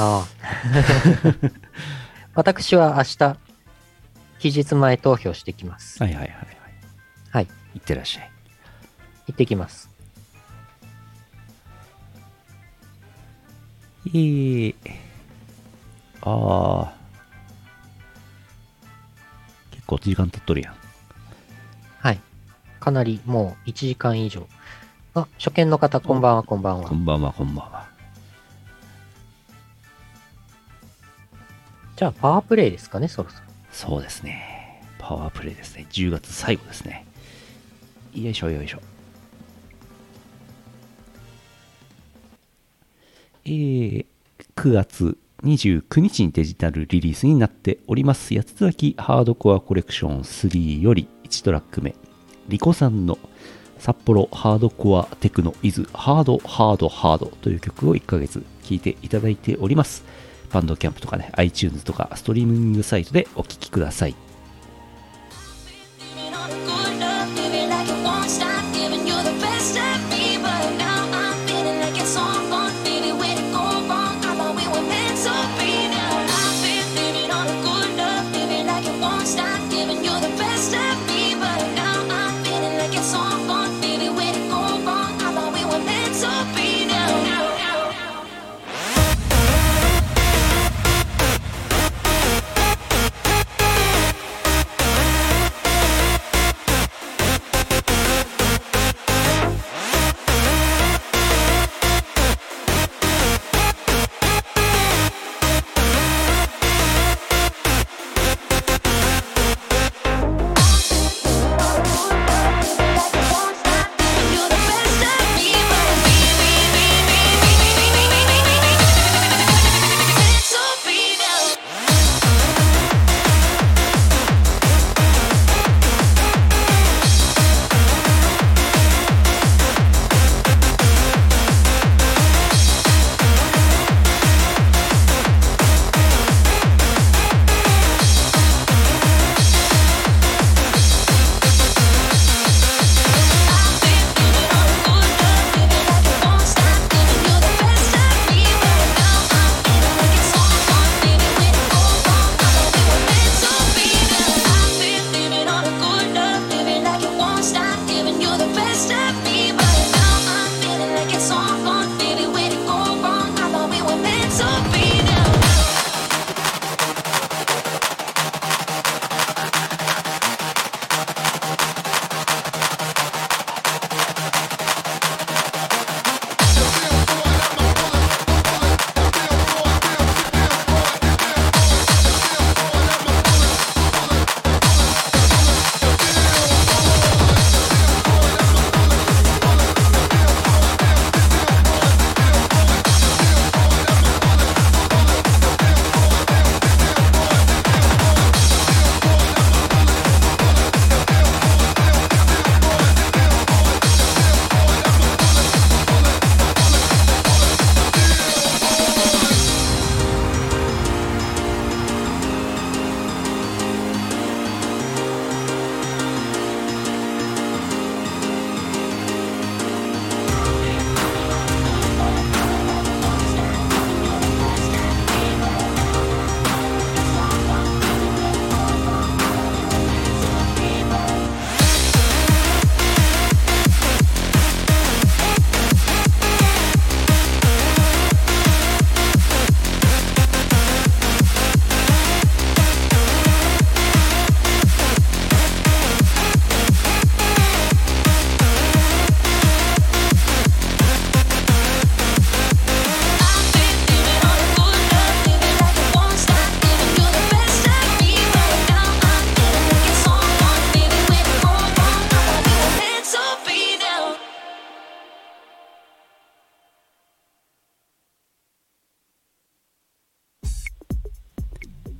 A: *laughs* ああ。私は明日、期日前投票してきます。
B: はいはいはいはい
A: はい。
B: いってらっしゃい
A: 行ってきます。
B: いい。ああ。結構時間経っとるやん。
A: はい。かなりもう1時間以上。あ、初見の方、こんばんは、こんばんは
B: こ。んばんは、こんばんは。
A: じゃあ、パワープレイですかね、そろそろ。
B: そうですね。パワープレイですね。10月最後ですね。よいしょ、よいしょ。えー、9月29日にデジタルリリースになっております。八つ崎ハードコアコレクション3より1トラック目。リコさんの札幌ハードコアテクノイズハードハードハードという曲を1ヶ月聴いていただいております。バンドキャンプとかね、iTunes とかストリーミングサイトでお聴きください。
D: Giving all the good love, giving like it won't stop, giving you the best of me. But now I'm feeling like it's all gone, baby. Where to go wrong? I thought we were meant to be. Now I've been giving all the good love, giving like it won't stop, giving you the best of me. But now I'm feeling like it's all gone, baby. Where to go wrong? I thought we were meant to be. Now, now, now.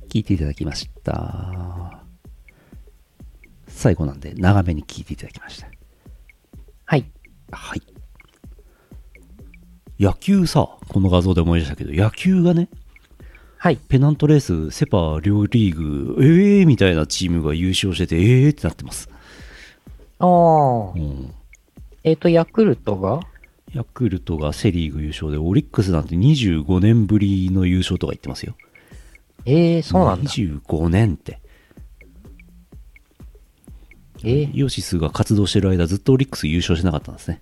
B: 聞いていただきました。最後なんで長めに聞いていただきました。
A: はい。
B: はい。野球さ、この画像で思い出したけど、野球がね、
A: はい。
B: ペナントレース、セ・パ両リーグ、ええーみたいなチームが優勝してて、ええーってなってます。
A: ああ
B: う。ん
A: えっ、と、ヤクルトが
B: ヤクルトがセ・リーグ優勝で、オリックスなんて25年ぶりの優勝とか言ってますよ。
A: ええそうなんだ。
B: 25年って。
A: えー
B: イオシスが活動してる間ずっとオリックス優勝しなかったんですね。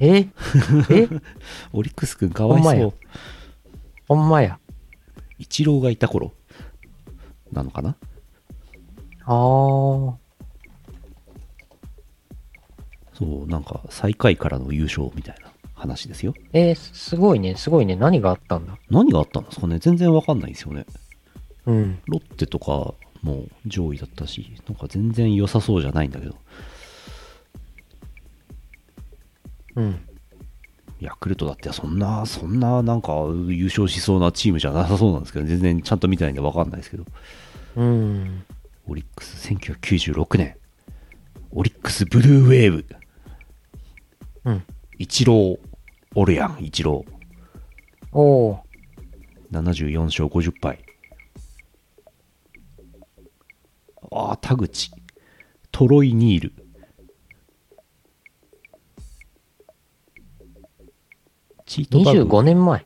A: えーえ *laughs*
B: オリックスくんかわ
A: ほ
B: い
A: んま
B: そ
A: や
B: う。
A: ほんまや。
B: イチローがいた頃なのかな
A: ああ。
B: そう、なんか最下位からの優勝みたいな話ですよ。
A: えーすごいね、すごいね。何があったんだ
B: 何があったんですかね全然わかんないんですよね。
A: うん。
B: ロッテとかも上位だったし、なんか全然良さそうじゃないんだけど、
A: うん。
B: ヤクルトだってそんな、そんななんか優勝しそうなチームじゃなさそうなんですけど、全然ちゃんと見てないんでわかんないですけど、
A: うん。
B: オリックス1996年、オリックスブルーウェーブ、
A: うん。
B: イチロー、おるやん、イチロー。
A: おお
B: 74勝50敗。ああ、田口。トロイ・ニール。チートバ
A: 25
B: グ。
A: 年前。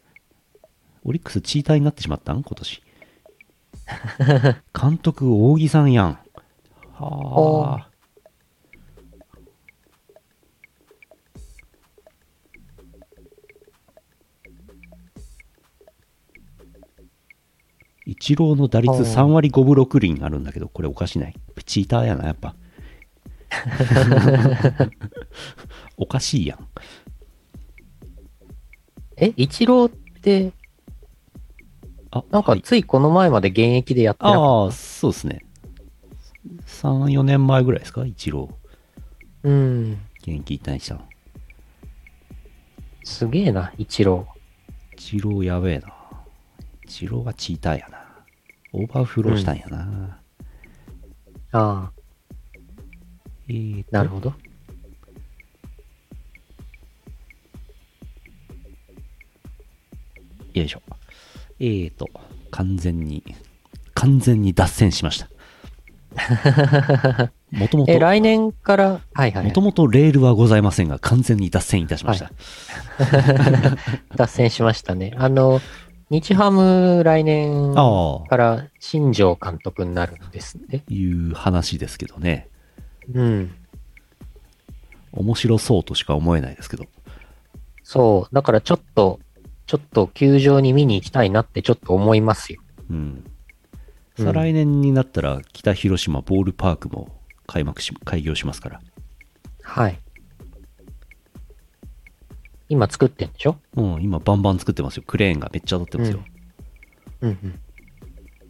B: オリックスチーターになってしまったん今年。監督、大木さんやん。
A: お
B: はあ。イチローの打率
A: おー
B: 3割5分6厘あるんだけど、これおかしない。チーターやな、や
A: *laughs*
B: っぱ。 *laughs* おかしいやん。
A: え、イチローって、
B: あ、
A: なん
B: は
A: か
B: い
A: ついこの前まで現役でやってなかっ
B: ああ、そうですね。3、4年前ぐらいですか、イチロー。
A: た。うん。
B: 現役引退したの。
A: すげえな、イチロ
B: イチローやべえな。イチローはチーターやな。オーバーフローしたんやな。
A: ー。ああ、
B: えーと
A: なるほど。
B: よいしょ。えーと、完全に、完全に脱線し
A: *laughs*
B: ました。もともと、
A: え、
B: も
A: 来年から、はいはい、
B: ともとレールはございませんが、完全に脱線いたしました。
A: 脱線しましたね。あの、日ハム来年
B: ああ、
A: から新庄監督になるんですね。
B: いう話ですけどね。
A: うん。
B: 面白そうとしか思えないですけど。
A: そう。だからちょっと、ちょっと球場に見に行きたいなってちょっと思いますよ。
B: うん。
A: う
B: 再
A: ん
B: 来年になったら、北広島ボールパークも開幕し、開業しますから。
A: はい。今作ってんでしょ
B: うん、今バンバン作ってますよ。クレーンがめっちゃ当たってますよ。
A: うんうん。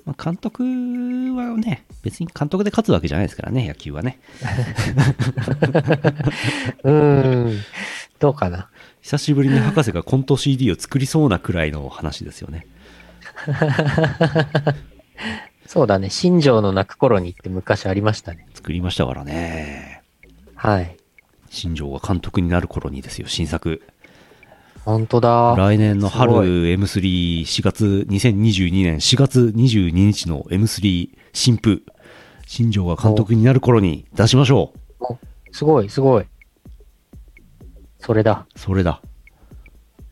B: まあ、監督はね、別に監督で勝つわけじゃないですからね、野球はね。
A: うー *laughs* ん。どうかな。
B: 久しぶりに博士がコント CD を作りそうなくらいの話ですよね。
A: そうだね。新庄の泣く頃にって昔ありましたね。
B: 作りましたからね。
A: はい。
B: 新庄が監督になる頃にですよ、新作。
A: ほんとだ。
B: 来年の春
A: すごい
B: M34 月、2022年4月22日の M3 新婦。新庄が監督になる頃に出しましょう。
A: おすごい、すごい。それだ。
B: それだ。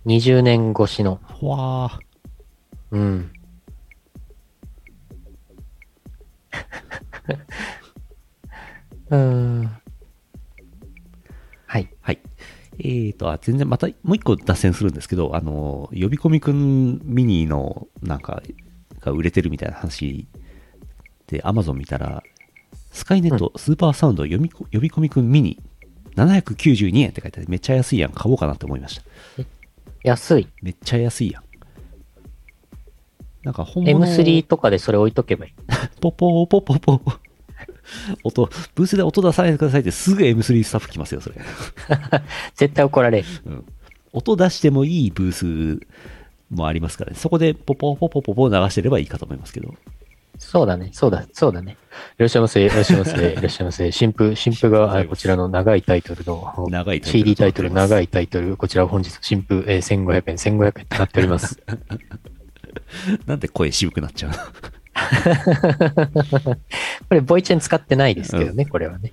A: 20年越しの。
B: ほわー。
A: うん。 *laughs* うーん。はい。
B: はい。えーと、あ、全然また、もう一個脱線するんですけど、あの、呼び込みくんミニの、なんか、が売れてるみたいな話で、アマゾン見たら、スカイネットスーパーサウンド呼びこ呼び込みくんミニ、792円って書いてあって、めっちゃ安いやん、買おうかなって思いました。
A: 安い。
B: めっちゃ安いやん。なんか本物の
A: M3 とかでそれ置いとけばいい。
B: ポポーポポポー音、ブースで音出さないでくださいってすぐ M3 スタッフ来ますよ、それ。
A: 絶対怒られる。
B: うん音出してもいいブースもありますからね、そこでポポポポポポ流してればいいかと思いますけど、
A: そうだね、そうだ、そうだね。いらっしゃいませ、いらっしゃいませ、いらっしゃいませ。新婦、新婦が、あこちらの長いタイトルの、
B: 長いタイトル
A: CD タイトル、長
B: い。
A: いタイトル、こちら本日、新婦、えー1500円、1500円となっております。
B: なんで声渋くなっちゃうの
A: *laughs* これ、ボイチェン使ってないですけどね、これはね。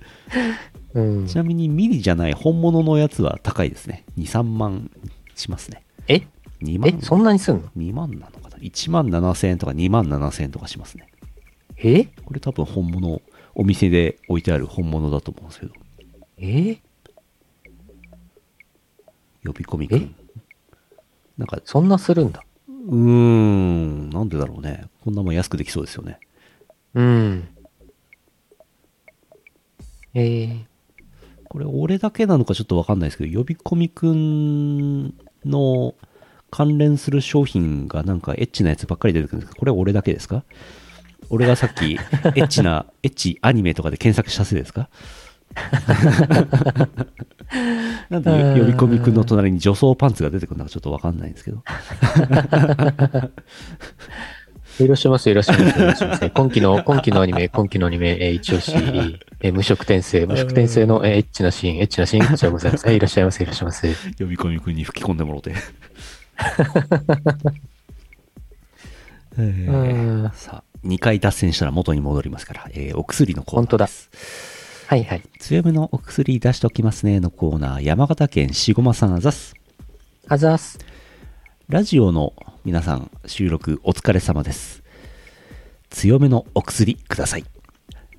A: うん
B: ち、なみにミニじゃない本物のやつは高いですね。2、3万しますね。
A: え
B: 2
A: え
B: 万、
A: そんなにすんの
B: 2万なのかな ?1 万7千円とか2万7千円とかしますね。
A: え
B: これ多分本物、お店で置いてある本物だと思うんですけど。
A: え
B: 呼び込みくん。なんか、
A: そんなするんだ。
B: うーん、なんでだろうね。こんなもん安くできそうですよね。
A: うん。えー、
B: これ俺だけなのかちょっとわかんないですけど、呼び込みくんの関連する商品がなんかエッチなやつばっかり出てくるんですけど、これ俺だけですか俺がさっ *laughs* きエッチな、エッチアニメとかで検索したせいですか *laughs* なんで呼び込みくんの隣に女装パンツが出てくるのかちょっとわかんないんですけど。
A: いらっしゃいませ、いらっしゃいませ、いらっしゃいませ。今期の、今期のアニメ、今期のアニメ、えー、一押し、えー無色転生、無色転生の、えーエッチなシーン、エッチなシーン、こちらございます。えーいらっしゃいませ、いらっしゃいませ。
B: 呼び込みくんに吹き込んでもろ *laughs* て。え
A: う
B: ー
A: ん。
B: さあ、2回脱線したら元に戻りますから、えーお薬のコーナーです。
A: はいはい。
B: 強めのお薬出しておきますねのコーナー、山形県しごまさんあざっす。
A: あざーす。
B: ラジオの皆さん、収録お疲れ様です。強めのお薬ください。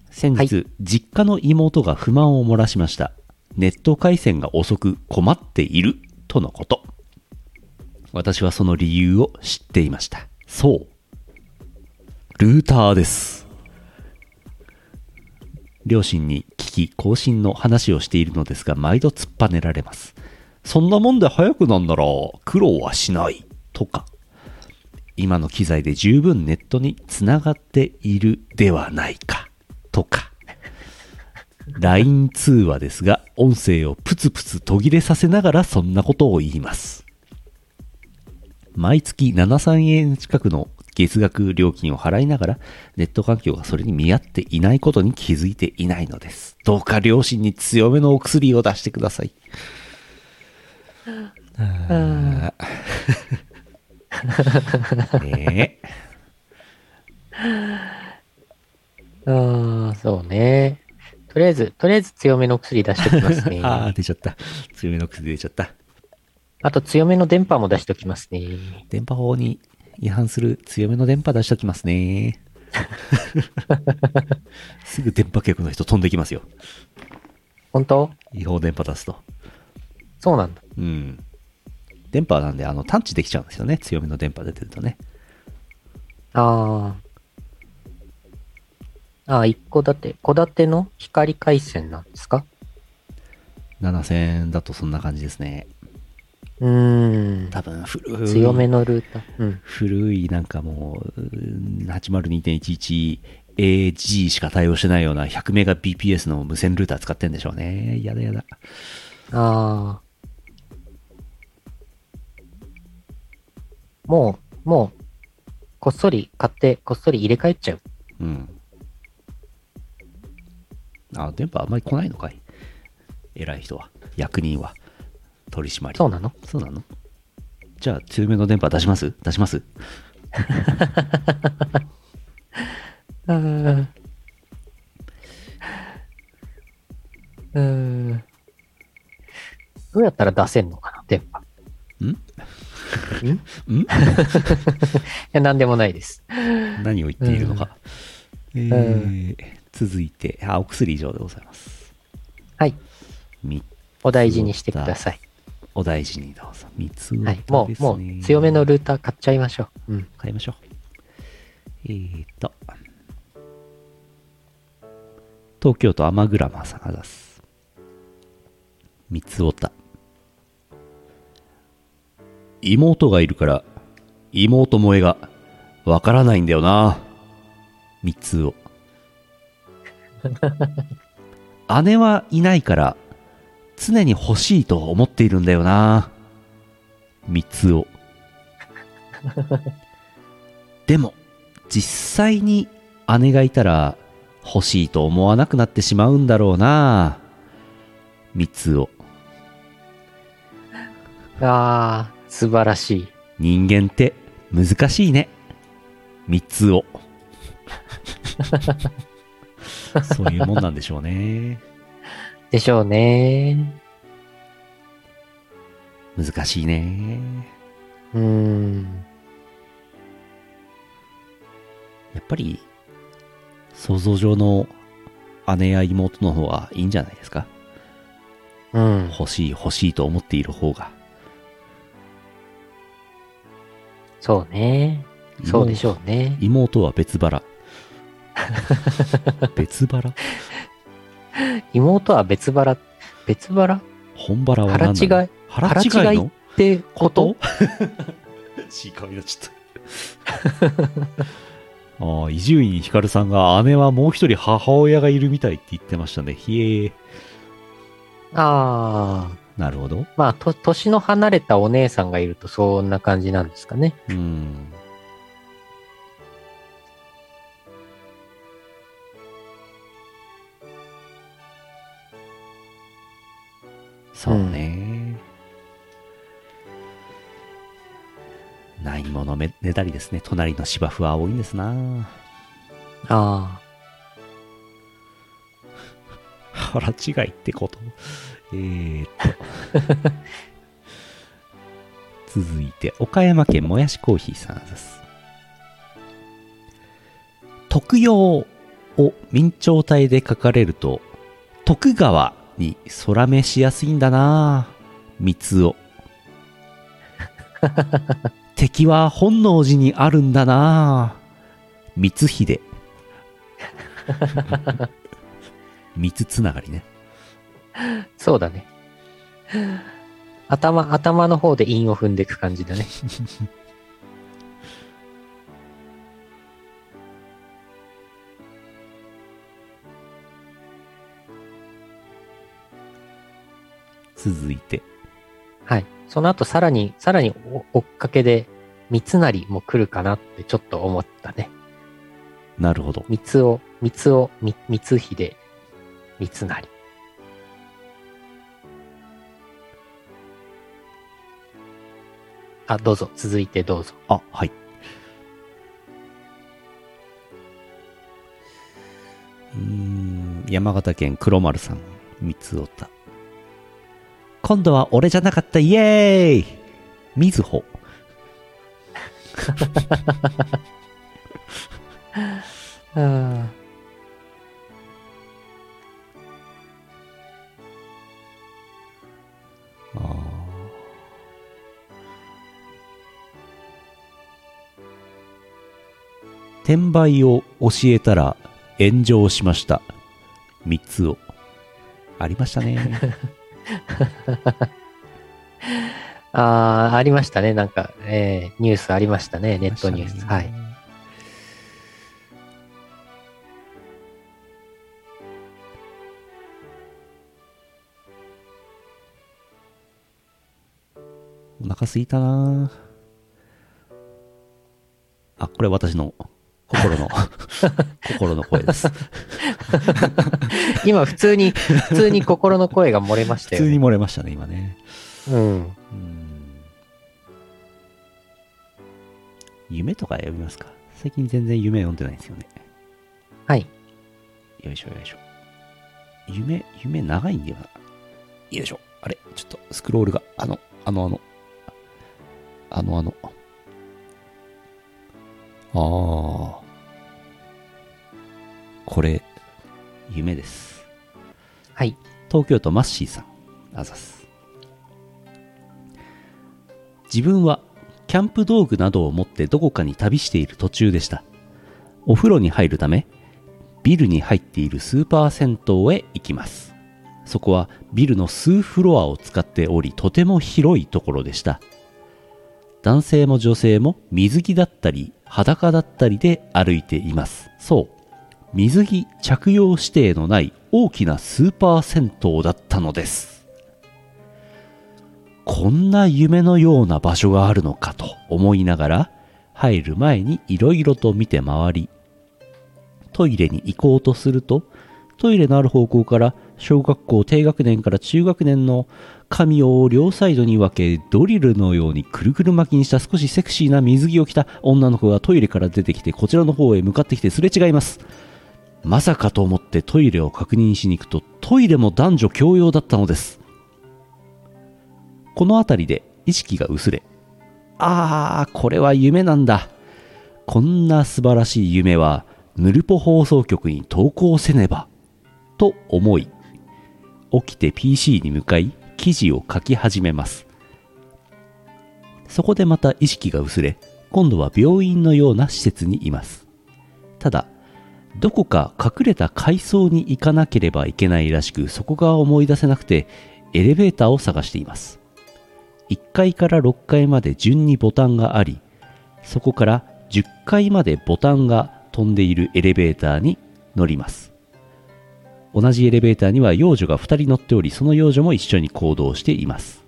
B: 先日、
A: は
B: 実家の妹が不満を漏らしました。ネット回線が遅く困っているとのこと。私はその理由を知っていました。そう。ルーターです。両親に聞き更新の話をしているのですが毎度突っぱねられますそんなもんで早くなんなら苦労はしないとか今の機材で十分ネットにつながっているではないかとか *laughs* LINE 通話ですが音声をプツプツ途切れさせながらそんなことを言います毎月73円近くの月額料金を払いながらネット環境がそれに見合っていないことに気づいていないのですどうか両親に強めのお薬を出してくださいあーねえ
A: ああ、そうね。とりあえず、とりあえず強めの薬出してきますね。
B: *laughs* ああ
A: *laughs* あ
B: 出ちゃった強めの薬出ちゃった
A: と強めの電波も出しておきますね。
B: 電波法に違反する強めの電波出しときます
A: *laughs*
B: ねすぐ電波局の人飛んできますよ
A: 本当
B: 違法電波出すと
A: そうなんだ。
B: うん。電波なんで、あの、探知できちゃうんですよね。強めの電波出てるとね。
A: ああ。ああ、一戸建て。戸建ての光回線なんですか
B: 7000円だとそんな感じですね。
A: うーん。
B: 多分、古い。
A: 強めのルーター。うん。
B: 古い、なんかもう、うん 802.11AG しか対応してないような 100Mbps の無線ルーター使ってんでしょうね。やだやだ。
A: ああ。もう、もう、こっそり買って、こっそり入れ替えちゃう。
B: うん。あ、電波あんまり来ないのかい。偉い人は。役人は。取り締まり。
A: そうなの
B: そうなのじゃあ、強めの電波出します出します
A: うーん。うーん。どうやったら出せんのかな、電波。
B: ん
A: んい *laughs*
B: ん
A: や、なんでもないです。
B: 何を言っているのか、えー続いてあお薬以上でございます
A: はい。
B: み
A: お大事にしてください。
B: お大事にどうぞ三つ
A: は。
B: はい
A: もう、もう、強めのルーター買っちゃいましょう。うん。
B: 買いましょうえー、っと東京都アマグラマさんが出す三つおた妹がいるから妹萌えがわからないんだよな三つお姉はいないから常に欲しいと思っているんだよな三つおでも実際に姉がいたら欲しいと思わなくなってしまうんだろうな三つを
A: ああ、素晴らしい。
B: 人間って難しいね三つをそういうもんなんでしょうね
A: でしょうね。
B: 難しいね
A: うーん。
B: やっぱり想像上の姉や妹の方がいいんじゃないですか
A: うん。
B: 欲しい欲しいと思っている方が
A: そうね。そうでしょうね。
B: 妹は
A: *laughs*
B: 別腹別腹
A: 妹は別腹、別腹っ
B: 本腹は何
A: 腹違い
B: 腹違いの
A: て
B: *laughs*
A: こと
B: しかみだちょっと *laughs* ああ伊集院光さんが姉はもう一人母親がいるみたいって言ってましたねひえ
A: ああ。
B: なるほど
A: まあ、と、年の離れたお姉さんがいるとそんな感じなんですかね。
B: うんそうね、ないものめねだりですね隣の芝生は多いんですな
A: ああ。
B: 腹違いってことえー、っと続いて岡山県もやしコーヒーさんです徳用を明朝体で書かれると徳川に空目しやすいんだなあ三つを敵は本能寺にあるんだなあ光秀三つつながりね
A: そうだね。頭、頭の方で韻を踏んでいく感じだね。
B: 続いて
A: はい。その後さらに、さらにお追っかけで、三成も来るかなってちょっと思ったね。
B: なるほど
A: 三つを、三つを、み三秀、三成。あ、どうぞ、続いてどうぞ。
B: あはいうーん山形県黒丸さん三つおた今度は俺じゃなかったイエーイみずほ
A: うん。
B: あー転売を教えたら炎上しました三つをありましたね
A: ああ、ありましたね。なんか、えーニュースありましたね。ネットニュース。はい。
B: お腹すいたなあ、これ私の
A: *laughs*
B: 心の、心の声です。
A: 今、普通に、 *laughs* 普通に心の声が漏れまし
B: 普
A: たよ、
B: 通に
A: ね。
B: 漏れましたね、今ね。
A: うん。
B: うん夢とか読みますか最近全然夢読んでないんですよね。
A: はい。
B: よいしょよいしょ。夢、夢長いんだよな。よいしょ。あれちょっとスクロールが、あの、あのあの、あのあの。ああ。これ、夢です。
A: はい。
B: 東京都マッシーさんあざす自分はキャンプ道具などを持ってどこかに旅している途中でしたお風呂に入るためビルに入っているスーパー銭湯へ行きますそこはビルの数フロアを使っておりとても広いところでした男性も女性も水着だったり裸だったりで歩いていますそう水着着用指定のない大きなスーパー銭湯だったのですこんな夢のような場所があるのかと思いながら入る前にいろいろと見て回りトイレに行こうとすると、トイレのある方向から小学校低学年から中学年の髪を両サイドに分けドリルのようにくるくる巻きにした少しセクシーな水着を着た女の子がトイレから出てきてこちらの方へ向かってきてすれ違いますまさかと思ってトイレを確認しに行くとトイレも男女共用だったのですこの辺りで意識が薄れああこれは夢なんだこんな素晴らしい夢はヌルポ放送局に投稿せねばと思い起きて PC に向かい記事を書き始めますそこでまた意識が薄れ今度は病院のような施設にいますただどこか隠れた階層に行かなければいけないらしくそこが思い出せなくてエレベーターを探しています1階から6階まで順にボタンがありそこから10階までボタンが飛んでいるエレベーターに乗ります同じエレベーターには幼女が2人乗っておりその幼女も一緒に行動しています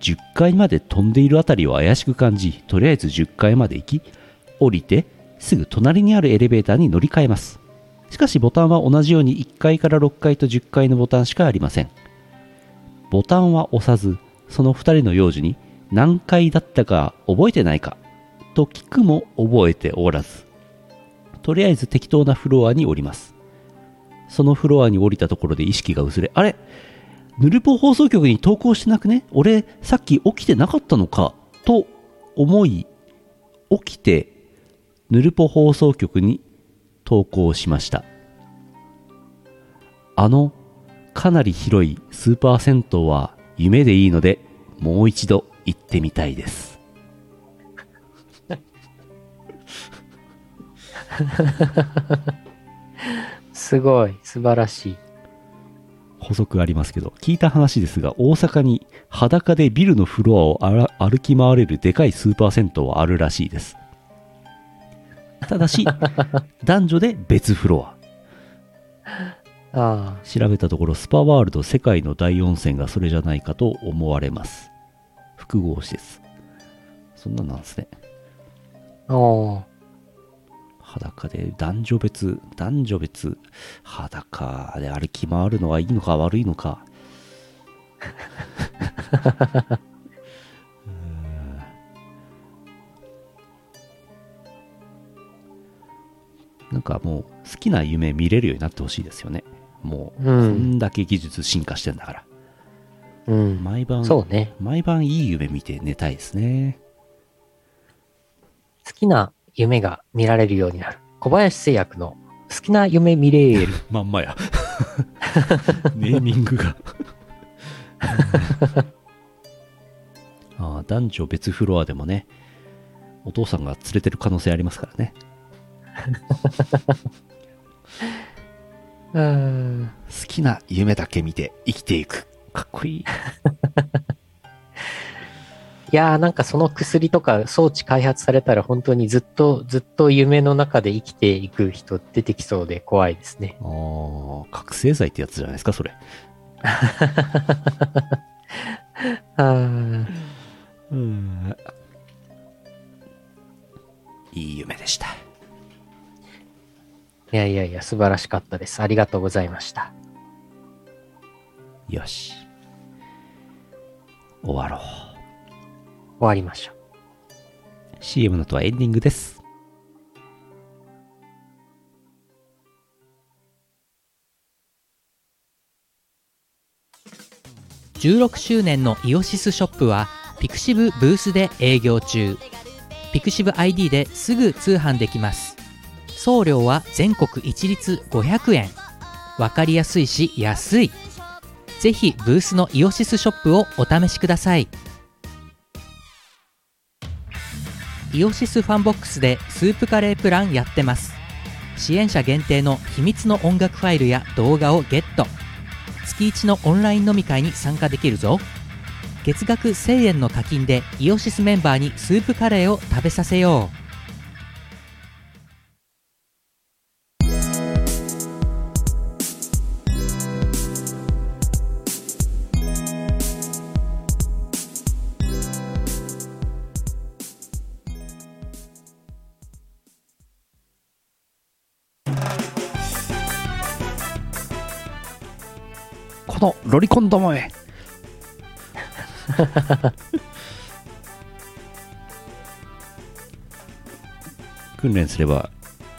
B: 10階まで飛んでいるあたりを怪しく感じとりあえず10階まで行き降りてすぐ隣にあるエレベーターに乗り換えますしかしボタンは同じように1階から6階と10階のボタンしかありませんボタンは押さずその2人の幼児に何階だったか覚えてないかと聞くも覚えておらずとりあえず適当なフロアに降りますそのフロアに降りたところで意識が薄れあれヌルポ放送局に投稿してなくね俺さっき起きてなかったのかと思い起きてヌルポ放送局に投稿しましたあのかなり広いスーパー銭湯は夢でいいのでもう一度行ってみたいです
A: すごい、素晴らしい。
B: 補足ありますけど聞いた話ですが大阪に裸でビルのフロアをあら歩き回れるでかいスーパー銭湯はあるらしいですただ *laughs* し男女で別フロア
A: あ
B: 調べたところスパワールド世界の大温泉がそれじゃないかと思われます複合施設そんなんなんですね
A: あ、おー
B: 裸で男女別男女別裸で歩き回るのはいいのか悪いのかうーんなんかもう好きな夢見れるようになってほしいですよねもうこ
A: うん
B: んだけ技術進化してんだから、
A: うん。
B: 毎晩
A: そうね。
B: 毎晩いい夢見て寝たいですね
A: 好きな夢が見られるようになる。小林製薬の好きな夢見れる。
B: まんまや *laughs* ネーミングが *laughs* ああ男女別フロアでもねお父さんが連れてる可能性ありますからね
A: *laughs* うん。
B: 好きな夢だけ見て生きていくかっこいい
A: いやーなんかその薬とか装置開発されたら本当にずっとずっと夢の中で生きていく人出てきそうで怖いですね。
B: ああ覚醒剤ってやつじゃないですかそれ
A: あ
B: うんいい夢でした
A: いやいやいや素晴らしかったです。ありがとうございました。
B: よし終わろう
A: 終わりましょう。
B: CM の後はエンディングです。
C: 16周年のイオシスショップはピクシブブースで営業中ピクシブ ID ですぐ通販できます送料は全国一律500円わかりやすいし安いぜひブースのイオシスショップをお試しくださいイオシスファンボックスでスープカレープランやってます支援者限定の秘密の音楽ファイルや動画をゲット月一のオンライン飲み会に参加できるぞ月額1000円の課金でイオシスメンバーにスープカレーを食べさせよ
B: のロリコンどもへ *laughs* 訓練すれば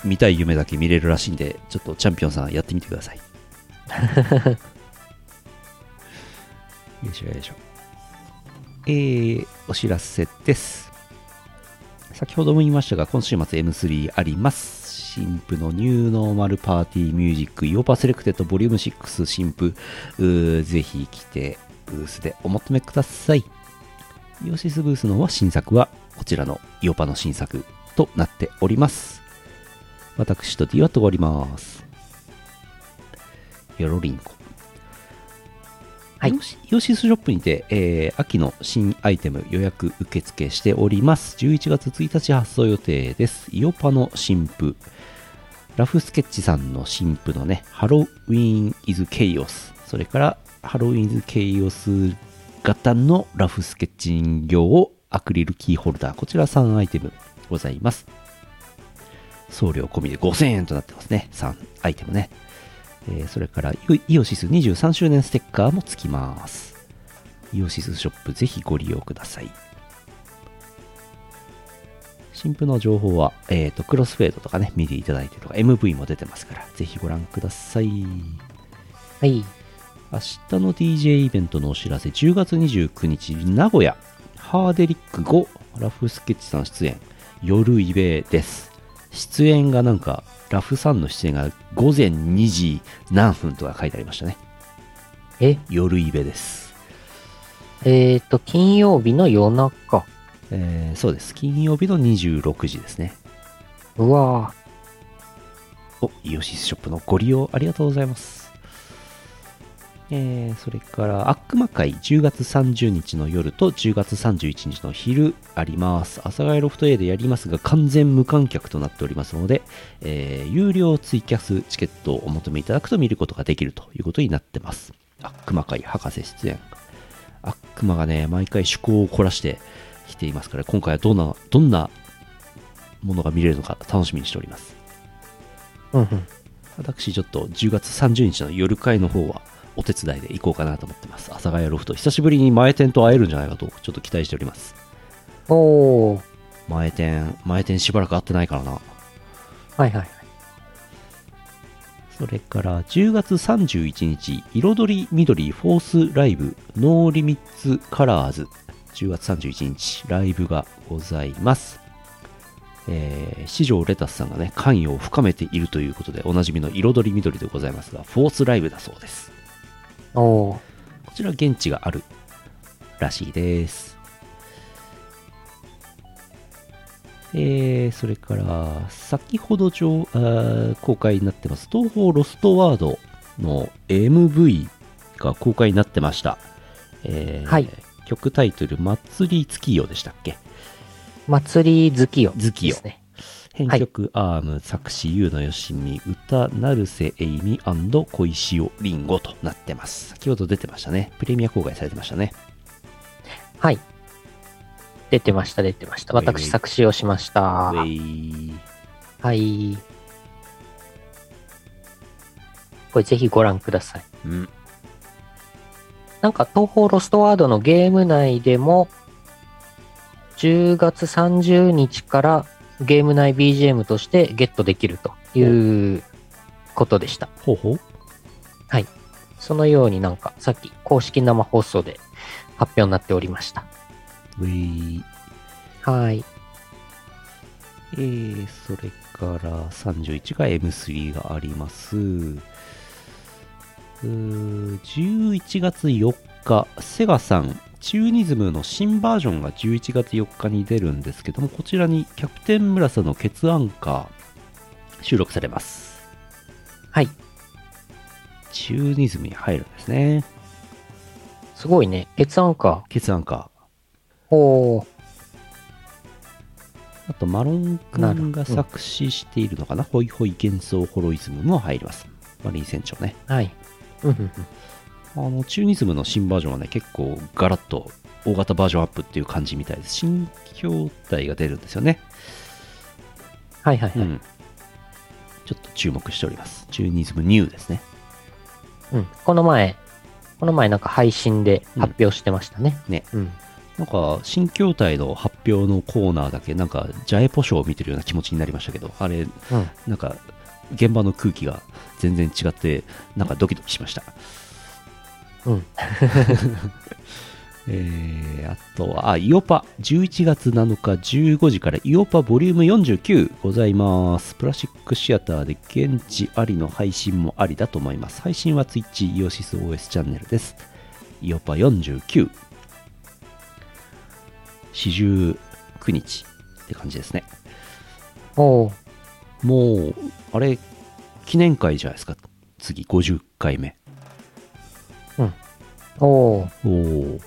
B: 見たい夢だけ見れるらしいんでちょっとチャンピオンさんやってみてくだ *laughs* さいよいしょよいしょえー、お知らせです先ほども言いましたが今週末 M3 あります新婦のニューノーマルパーティーミュージックイオパセレクテッドボリューム6新婦うーぜひ来てブースでお求めくださいイオシスブースの方は新作はこちらのイオパの新作となっております私と D は通りますよろりんこ
A: はい
B: イオシイオシスショップにて、えー秋の新アイテム予約受付しております11月1日発送予定ですイオパの新譜ラフスケッチさんの新譜のねハロウィーン・イズ・ケイオスそれからハロウィーン・イズ・ケイオス型のラフスケッチ人形をアクリルキーホルダーこちら3アイテムございます送料込みで5000円となってますね3アイテムねえーそれからイイオシス23周年ステッカーも付きますイオシスショップぜひご利用ください新婦の情報は、えー、とクロスフェードとかね見ていただいてとか MV も出てますからぜひご覧ください
A: はい。
B: 明日の DJ イベントのお知らせ10月29日名古屋ハーデリック5ラフスケッチさん出演夜イベです出演がなんかラフさんの出演が午前2時何分とか書いてありましたね
A: え、
B: 夜イベです、
A: えっ、と、金曜日の夜中。
B: えーそうです金曜日の26時ですね
A: うわぁ。
B: おイオシスショップのご利用ありがとうございますえーそれから悪魔会10月30日の夜と10月31日の昼あります阿佐ヶ谷ロフト A でやりますが完全無観客となっておりますので、えー有料ツイキャスチケットをお求めいただくと見ることができるということになってます悪魔会博士出演悪魔がね毎回趣向を凝らしてきていますから今回はどんなどんなものが見れるのか楽しみにしております
A: うんうん。
B: 私ちょっと10月30日の夜会の方はお手伝いで行こうかなと思ってます阿佐ヶ谷ロフト久しぶりに前店と会えるんじゃないかとちょっと期待しております
A: おー。
B: 前店前店しばらく会ってないからな
A: はいはい。
B: それから10月31日彩り緑フォースライブノーリミッツカラーズ10月31日ライブがございますえー、四条レタスさんがね関与を深めているということでおなじみの彩り緑でございますがフォースライブだそうです
A: おー。
B: こちら現地があるらしいです。えー、それから、先ほど上あー公開になってます、東方ロストワードの MV が公開になってました。えー
A: はい
B: 曲タイトル、祭り月夜でしたっけ
A: 祭り月夜、
B: 月夜
A: ですね。
B: 編曲、アーム作詞優のよしみ歌成瀬えいみ小石尾りんごとなってます先ほど出てましたねプレミア公開されてましたね
A: はい。出てました、出てました。
B: はいはい
A: 私作詞をしました。
B: ウェイ
A: はい。これぜひご覧ください。
B: うん
A: なんか東方ロストワードのゲーム内でも、10月30日からゲーム内 BGM としてゲットできるということでした。
B: ほうほう
A: そのようになんかさっき公式生放送で発表になっておりました。
B: ウェイ
A: はい。
B: えー、それから31が M3 があります。うー11月4日、セガさん、チューニズムの新バージョンが11月4日に出るんですけども、こちらにキャプテンムラサのケツアンカー収録されます。
A: はい。
B: チューニズムに入るんですね。
A: すごいね。決案か。
B: ケツアンカー。
A: おー。
B: あと、マロン君が作詞しているのかな、ホイホイ幻想ホロイズムも入ります。マリン船長ね。
A: はい。うんうんうん。
B: あの、チューニズムの新バージョンはね、結構ガラッと大型バージョンアップっていう感じみたいです。新筐体が出るんですよね。
A: はいはいはい。
B: うん。ちょっと注目しております。チューニズムニューですね。
A: うん、この前、この前なんか配信で発表してましたね。
B: うんね。
A: うん。
B: なんか、新筐体の発表のコーナーだけ、なんか、ジャエポショーを見てるような気持ちになりましたけど、あれ、
A: うん
B: なんか、現場の空気が全然違って、なんかドキドキしました。
A: うん。
B: *laughs* えー、あとは、あ、イオパ、11月7日15時からイオパボリューム49ございます。プラスチックシアターで現地ありの配信もありだと思います。配信は Twitch イオシス OS チャンネルです。イオパ49。四十九日って感じですね。
A: おー
B: もう、あれ、記念会じゃないですか。次、50回目。
A: おー
B: おお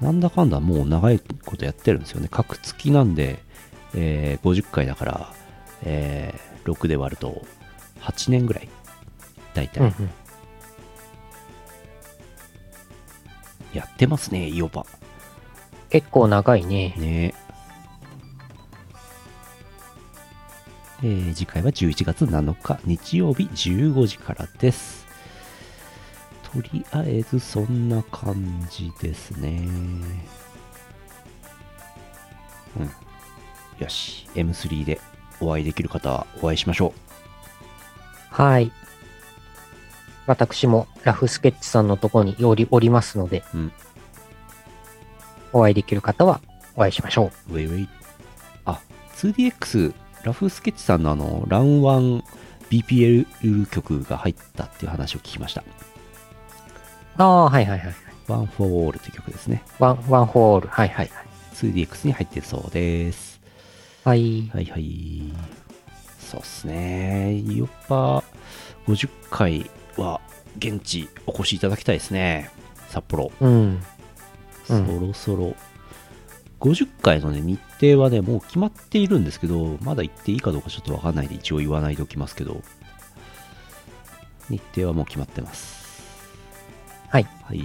B: なんだかんだもう長いことやってるんですよね角付きなんで、えー50回だから、えー6で割ると8年ぐらい大
A: うんう
B: 体
A: ん。
B: やってますね、イオパ
A: 結構長いね。
B: ねえー次回は11月7日日曜日15時からですとりあえずそんな感じですねうんよし M3 でお会いできる方はお会いしましょ
A: はい。私もラフスケッチさんのとこにおりおりますので、
B: うん
A: お会いできる方はお会いしましょ
B: うウェイウェイあ 2DX ラフスケッチさんのあのランワン BPL 曲が入ったっていう話を聞きました
A: う。ああ、はいはいはい。
B: ワンフォーオールという曲ですね。
A: ワン、ワンホール。はいはいはい。
B: 2DX に入ってるそうです。
A: はい。
B: はいはい。そうっすね。イオッパ50回は現地お越しいただきたいですね。札幌。
A: うん。う
B: そ
A: ん
B: ろそろ。50回のね、日程はね、もう決まっているんですけど、まだ行っていいかどうかちょっとわかんないんで、一応言わないでおきますけど、日程はもう決まってます。
A: はい。
B: はい。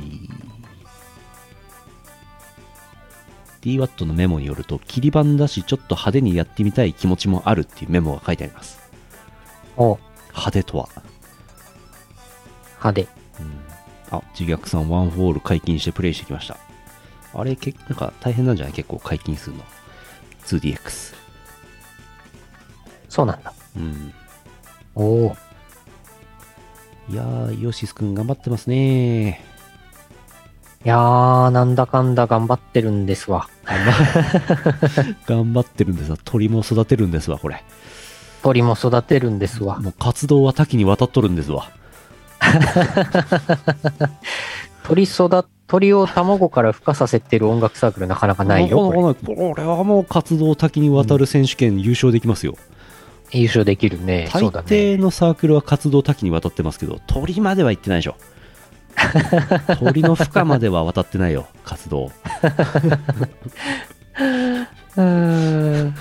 B: DWAT のメモによると、切り板だし、ちょっと派手にやってみたい気持ちもあるっていうメモが書いてあります。
A: お、
B: 派手とは。
A: 派手。
B: うん、あ、自虐さん、ワンフォール解禁してプレイしてきました。あれ、けなんか大変なんじゃない結構解禁するの。2DX。
A: そうなんだ。
B: うん。
A: おお。
B: いやー、ヨシスくん頑張ってますね。
A: いやー、なんだかんだ頑張ってるんですわ。
B: 頑張ってるんですわ。鳥も育てるんですわ、これ。
A: 鳥も育てるんですわ。
B: もう活動は多岐にわたっとるんですわ。
A: 鳥育、鳥を卵から孵化させてる音楽サークルなかなかないよ。これ
B: これこれはもう活動多岐にわたる選手権優勝できますよ。
A: 優勝できるね。
B: 大
A: そうだね。
B: 抵のサークルは活動多岐にわたってますけど、鳥までは行ってないでしょ。鳥の負荷までは渡ってないよ、活動。
A: うーん。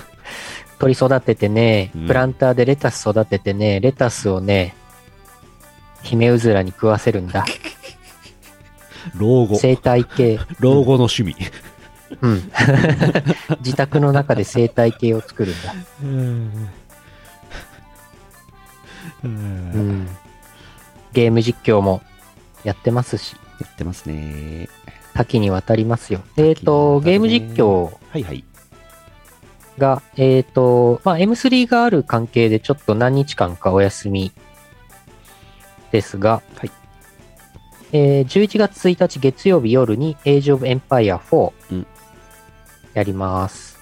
A: 鳥育ててね
B: うん、
A: プランターでレタス育ててね、レタスをね、ヒメウズラに食わせるんだ。
B: 老後。
A: 生態系。
B: 老後の趣味。
A: うん。 *laughs* 自宅の中で生態系を作るんだ。
B: うん
A: うん。ゲーム実況もやってますし、
B: やってますね。
A: 多岐にわたりますよ。えっ、
B: 多
A: と、
B: 岐に
A: ゲー
B: わたるね
A: ム実況
B: はいはい。
A: が、えっ、と、まあ、M3 がある関係でちょっと何日間かお休みですが、
B: はい
A: えー11月1日月曜日夜に Age of Empire 4
B: うん
A: やります。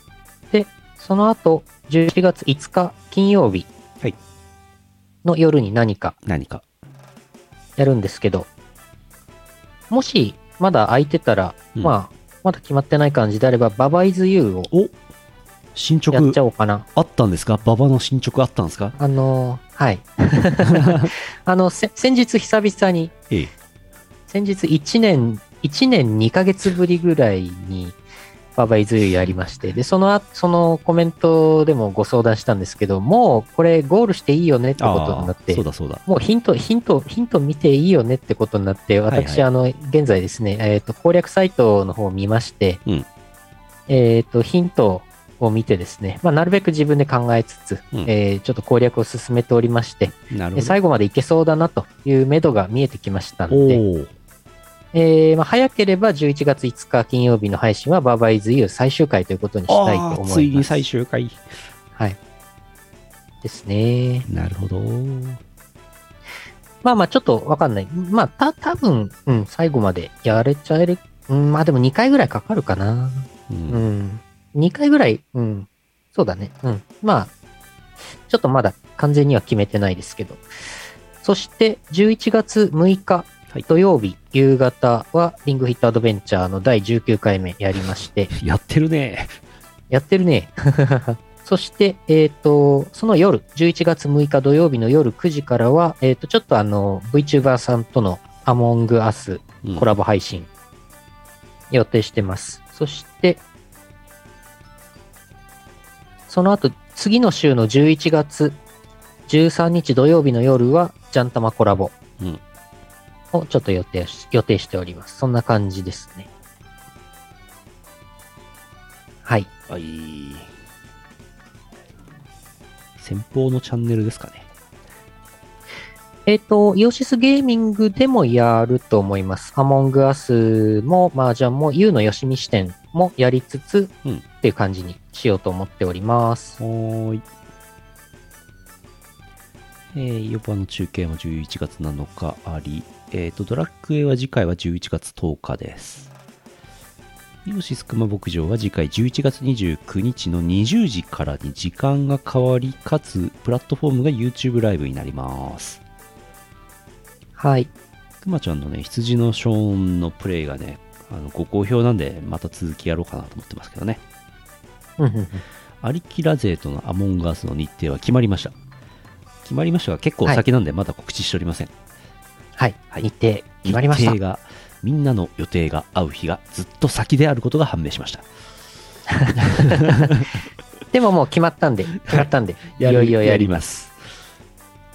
A: で、その後、11月5日金曜日
B: はい
A: の夜に何か
B: 何か。
A: やるんですけど、もしまだ空いてたら、
B: うん
A: まあ、まだ決まってない感じであれば、ババイズユーを
B: お進捗
A: やっちゃおうかな。
B: あったんですか馬場の進捗あったんですか
A: あのーはい。 *laughs* あの、せ先日久々に、
B: ええ。
A: 先日1年、1年2ヶ月ぶりぐらいに、ババイズユーやりまして、で、その後、そのコメントでもご相談したんですけど、もうこれゴールしていいよねってことになっ
B: あー
A: て
B: そう、だそうだ。
A: もうヒント、ヒント、ヒント見ていいよねってことになって、
B: はい
A: 私、あの、現在ですね、えっ、と、攻略サイトの方を見まして、
B: うん
A: えっ、と、ヒントを見てですね、まあ、なるべく自分で考えつつ、
B: うん
A: えーちょっと攻略を進めておりまして、
B: なる
A: で
B: ほど。
A: 最後までいけそうだなという目処が見えてきました
B: お
A: ので、
B: おー。
A: えーまあ、早ければ11月5日金曜日の配信はバーバイズユー最終回ということにしたいと思い
B: あ
A: ま
B: ー
A: す。
B: ついに最終回。
A: はい。ですね。
B: なるほど。
A: まあまあ、ちょっとわかんない。まあ、た、多分うん、最後までやれちゃえる。うん、まあでも2回ぐらいかかるかな。
B: う。
A: うんん。2回ぐらい、うん。そうだね。うん。まあ、ちょっとまだ完全には決めてないですけど。そして、11月6日
B: はい
A: 土曜日夕方は、リングヒットアドベンチャーの第19回目やりまして、
B: やってるね。
A: やってるね。 *laughs* そして、えっ、と、その夜、11月6日土曜日の夜9時からは、えっ、と、ちょっとあの、VTuber さんとのアモングアス
B: うん
A: コラボ配信、予定してます。そして、その後、次の週の11月13日土曜日の夜は、ジャンタマコラボ
B: うん
A: をちょっと予定し予定しております。そんな感じですね。はい。
B: はい。先方のチャンネルですかね。
A: えっ、と、イオシスゲーミングでもやると思います。アモングアスも、麻雀も、ユーのよしみ視点もやりつつ、
B: うん
A: っていう感じにしようと思っております。
B: はーい。えー、4番の中継も11月7日あり、えっ、と、ドラッグエは次回は11月10日です。イオシスクマ牧場は次回11月29日の20時からに時間が変わり、かつプラットフォームが YouTube ライブになります。
A: はい。
B: くまちゃんのね、羊のショーンのプレイがね、あのご好評なんで、また続きやろうかなと思ってますけどね。
A: うんうんうん
B: アリキラ勢とのアモンガースの日程は決まりました。決まりましたが、結構先なんでまだ告知しておりません。
A: はい。
B: はい
A: 日程、決まりました
B: 日。程が、みんなの予定が合う日がずっと先であることが判明しました。
A: でももう決まったんで、決まった
B: *laughs*
A: んで、いよいよやります。
B: ます。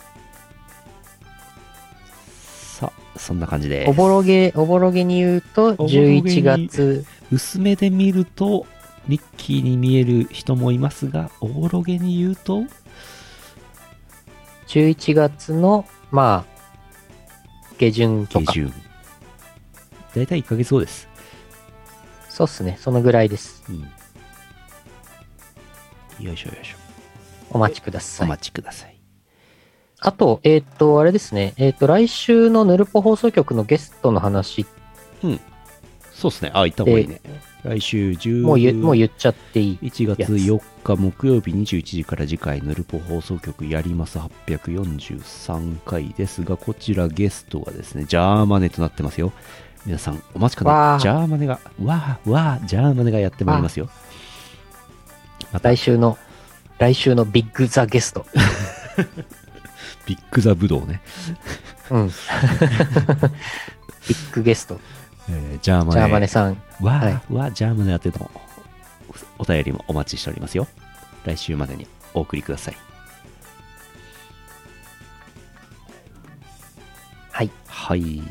B: さあ、そんな感じです。
A: おぼろげ、おぼろげに言うと、
B: おぼろげに
A: 11月、
B: 薄めで見るとミッキーに見える人もいますがおぼろげに言うと
A: 11月の、まあ、下旬と
B: 下
A: か。
B: 旬大体1ヶ月後です、
A: そうっすね。そのぐらいです。
B: うん、よいしょよいしょ
A: お待ちくださ
B: お
A: い。
B: 待ちください、
A: あと、えっ、と、あれですね。えっ、と、来週のヌルポ放送局のゲストの話、
B: そうですねあ行った方がいいね来週10
A: もう言,、もう言っちゃっていい。
B: 1月4日木曜日21時から次回ヌルポ放送局やります843回ですがこちらゲストがですねジャーマネとなってますよ皆さんお待ちか
A: わ
B: な
A: あ
B: ジャーマネがわあわあジャーマネがやってまいりますよまた
A: 来週の、来週のビッグザゲスト。
B: ビッグザブドウね、
A: うん。 *laughs* ビッグゲスト。
B: えージャーマネ
A: ジャーマネさん。
B: わあ、
A: は
B: わあジャーマネやってたのお便りもお待ちしておりますよ来週までにお送りください
A: はい。
B: はい。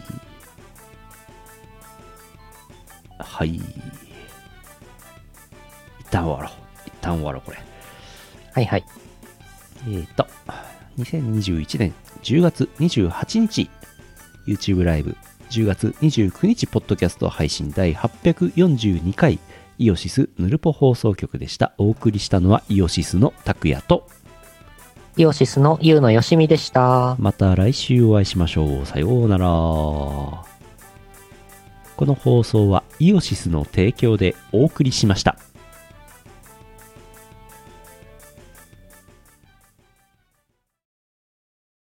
B: はい。一旦終わろう。一旦終わろう、これ。
A: はいはい。
B: えーと、2021年10月28日、YouTube ライブ、10月29日、ポッドキャスト配信第842回、イオシスヌルポ放送局でした。お送りしたのはイオシスの拓也と、
A: イオシスのユウのよしみでした。
B: また来週お会いしましょう。さようなら。この放送はイオシスの提供でお送りしました。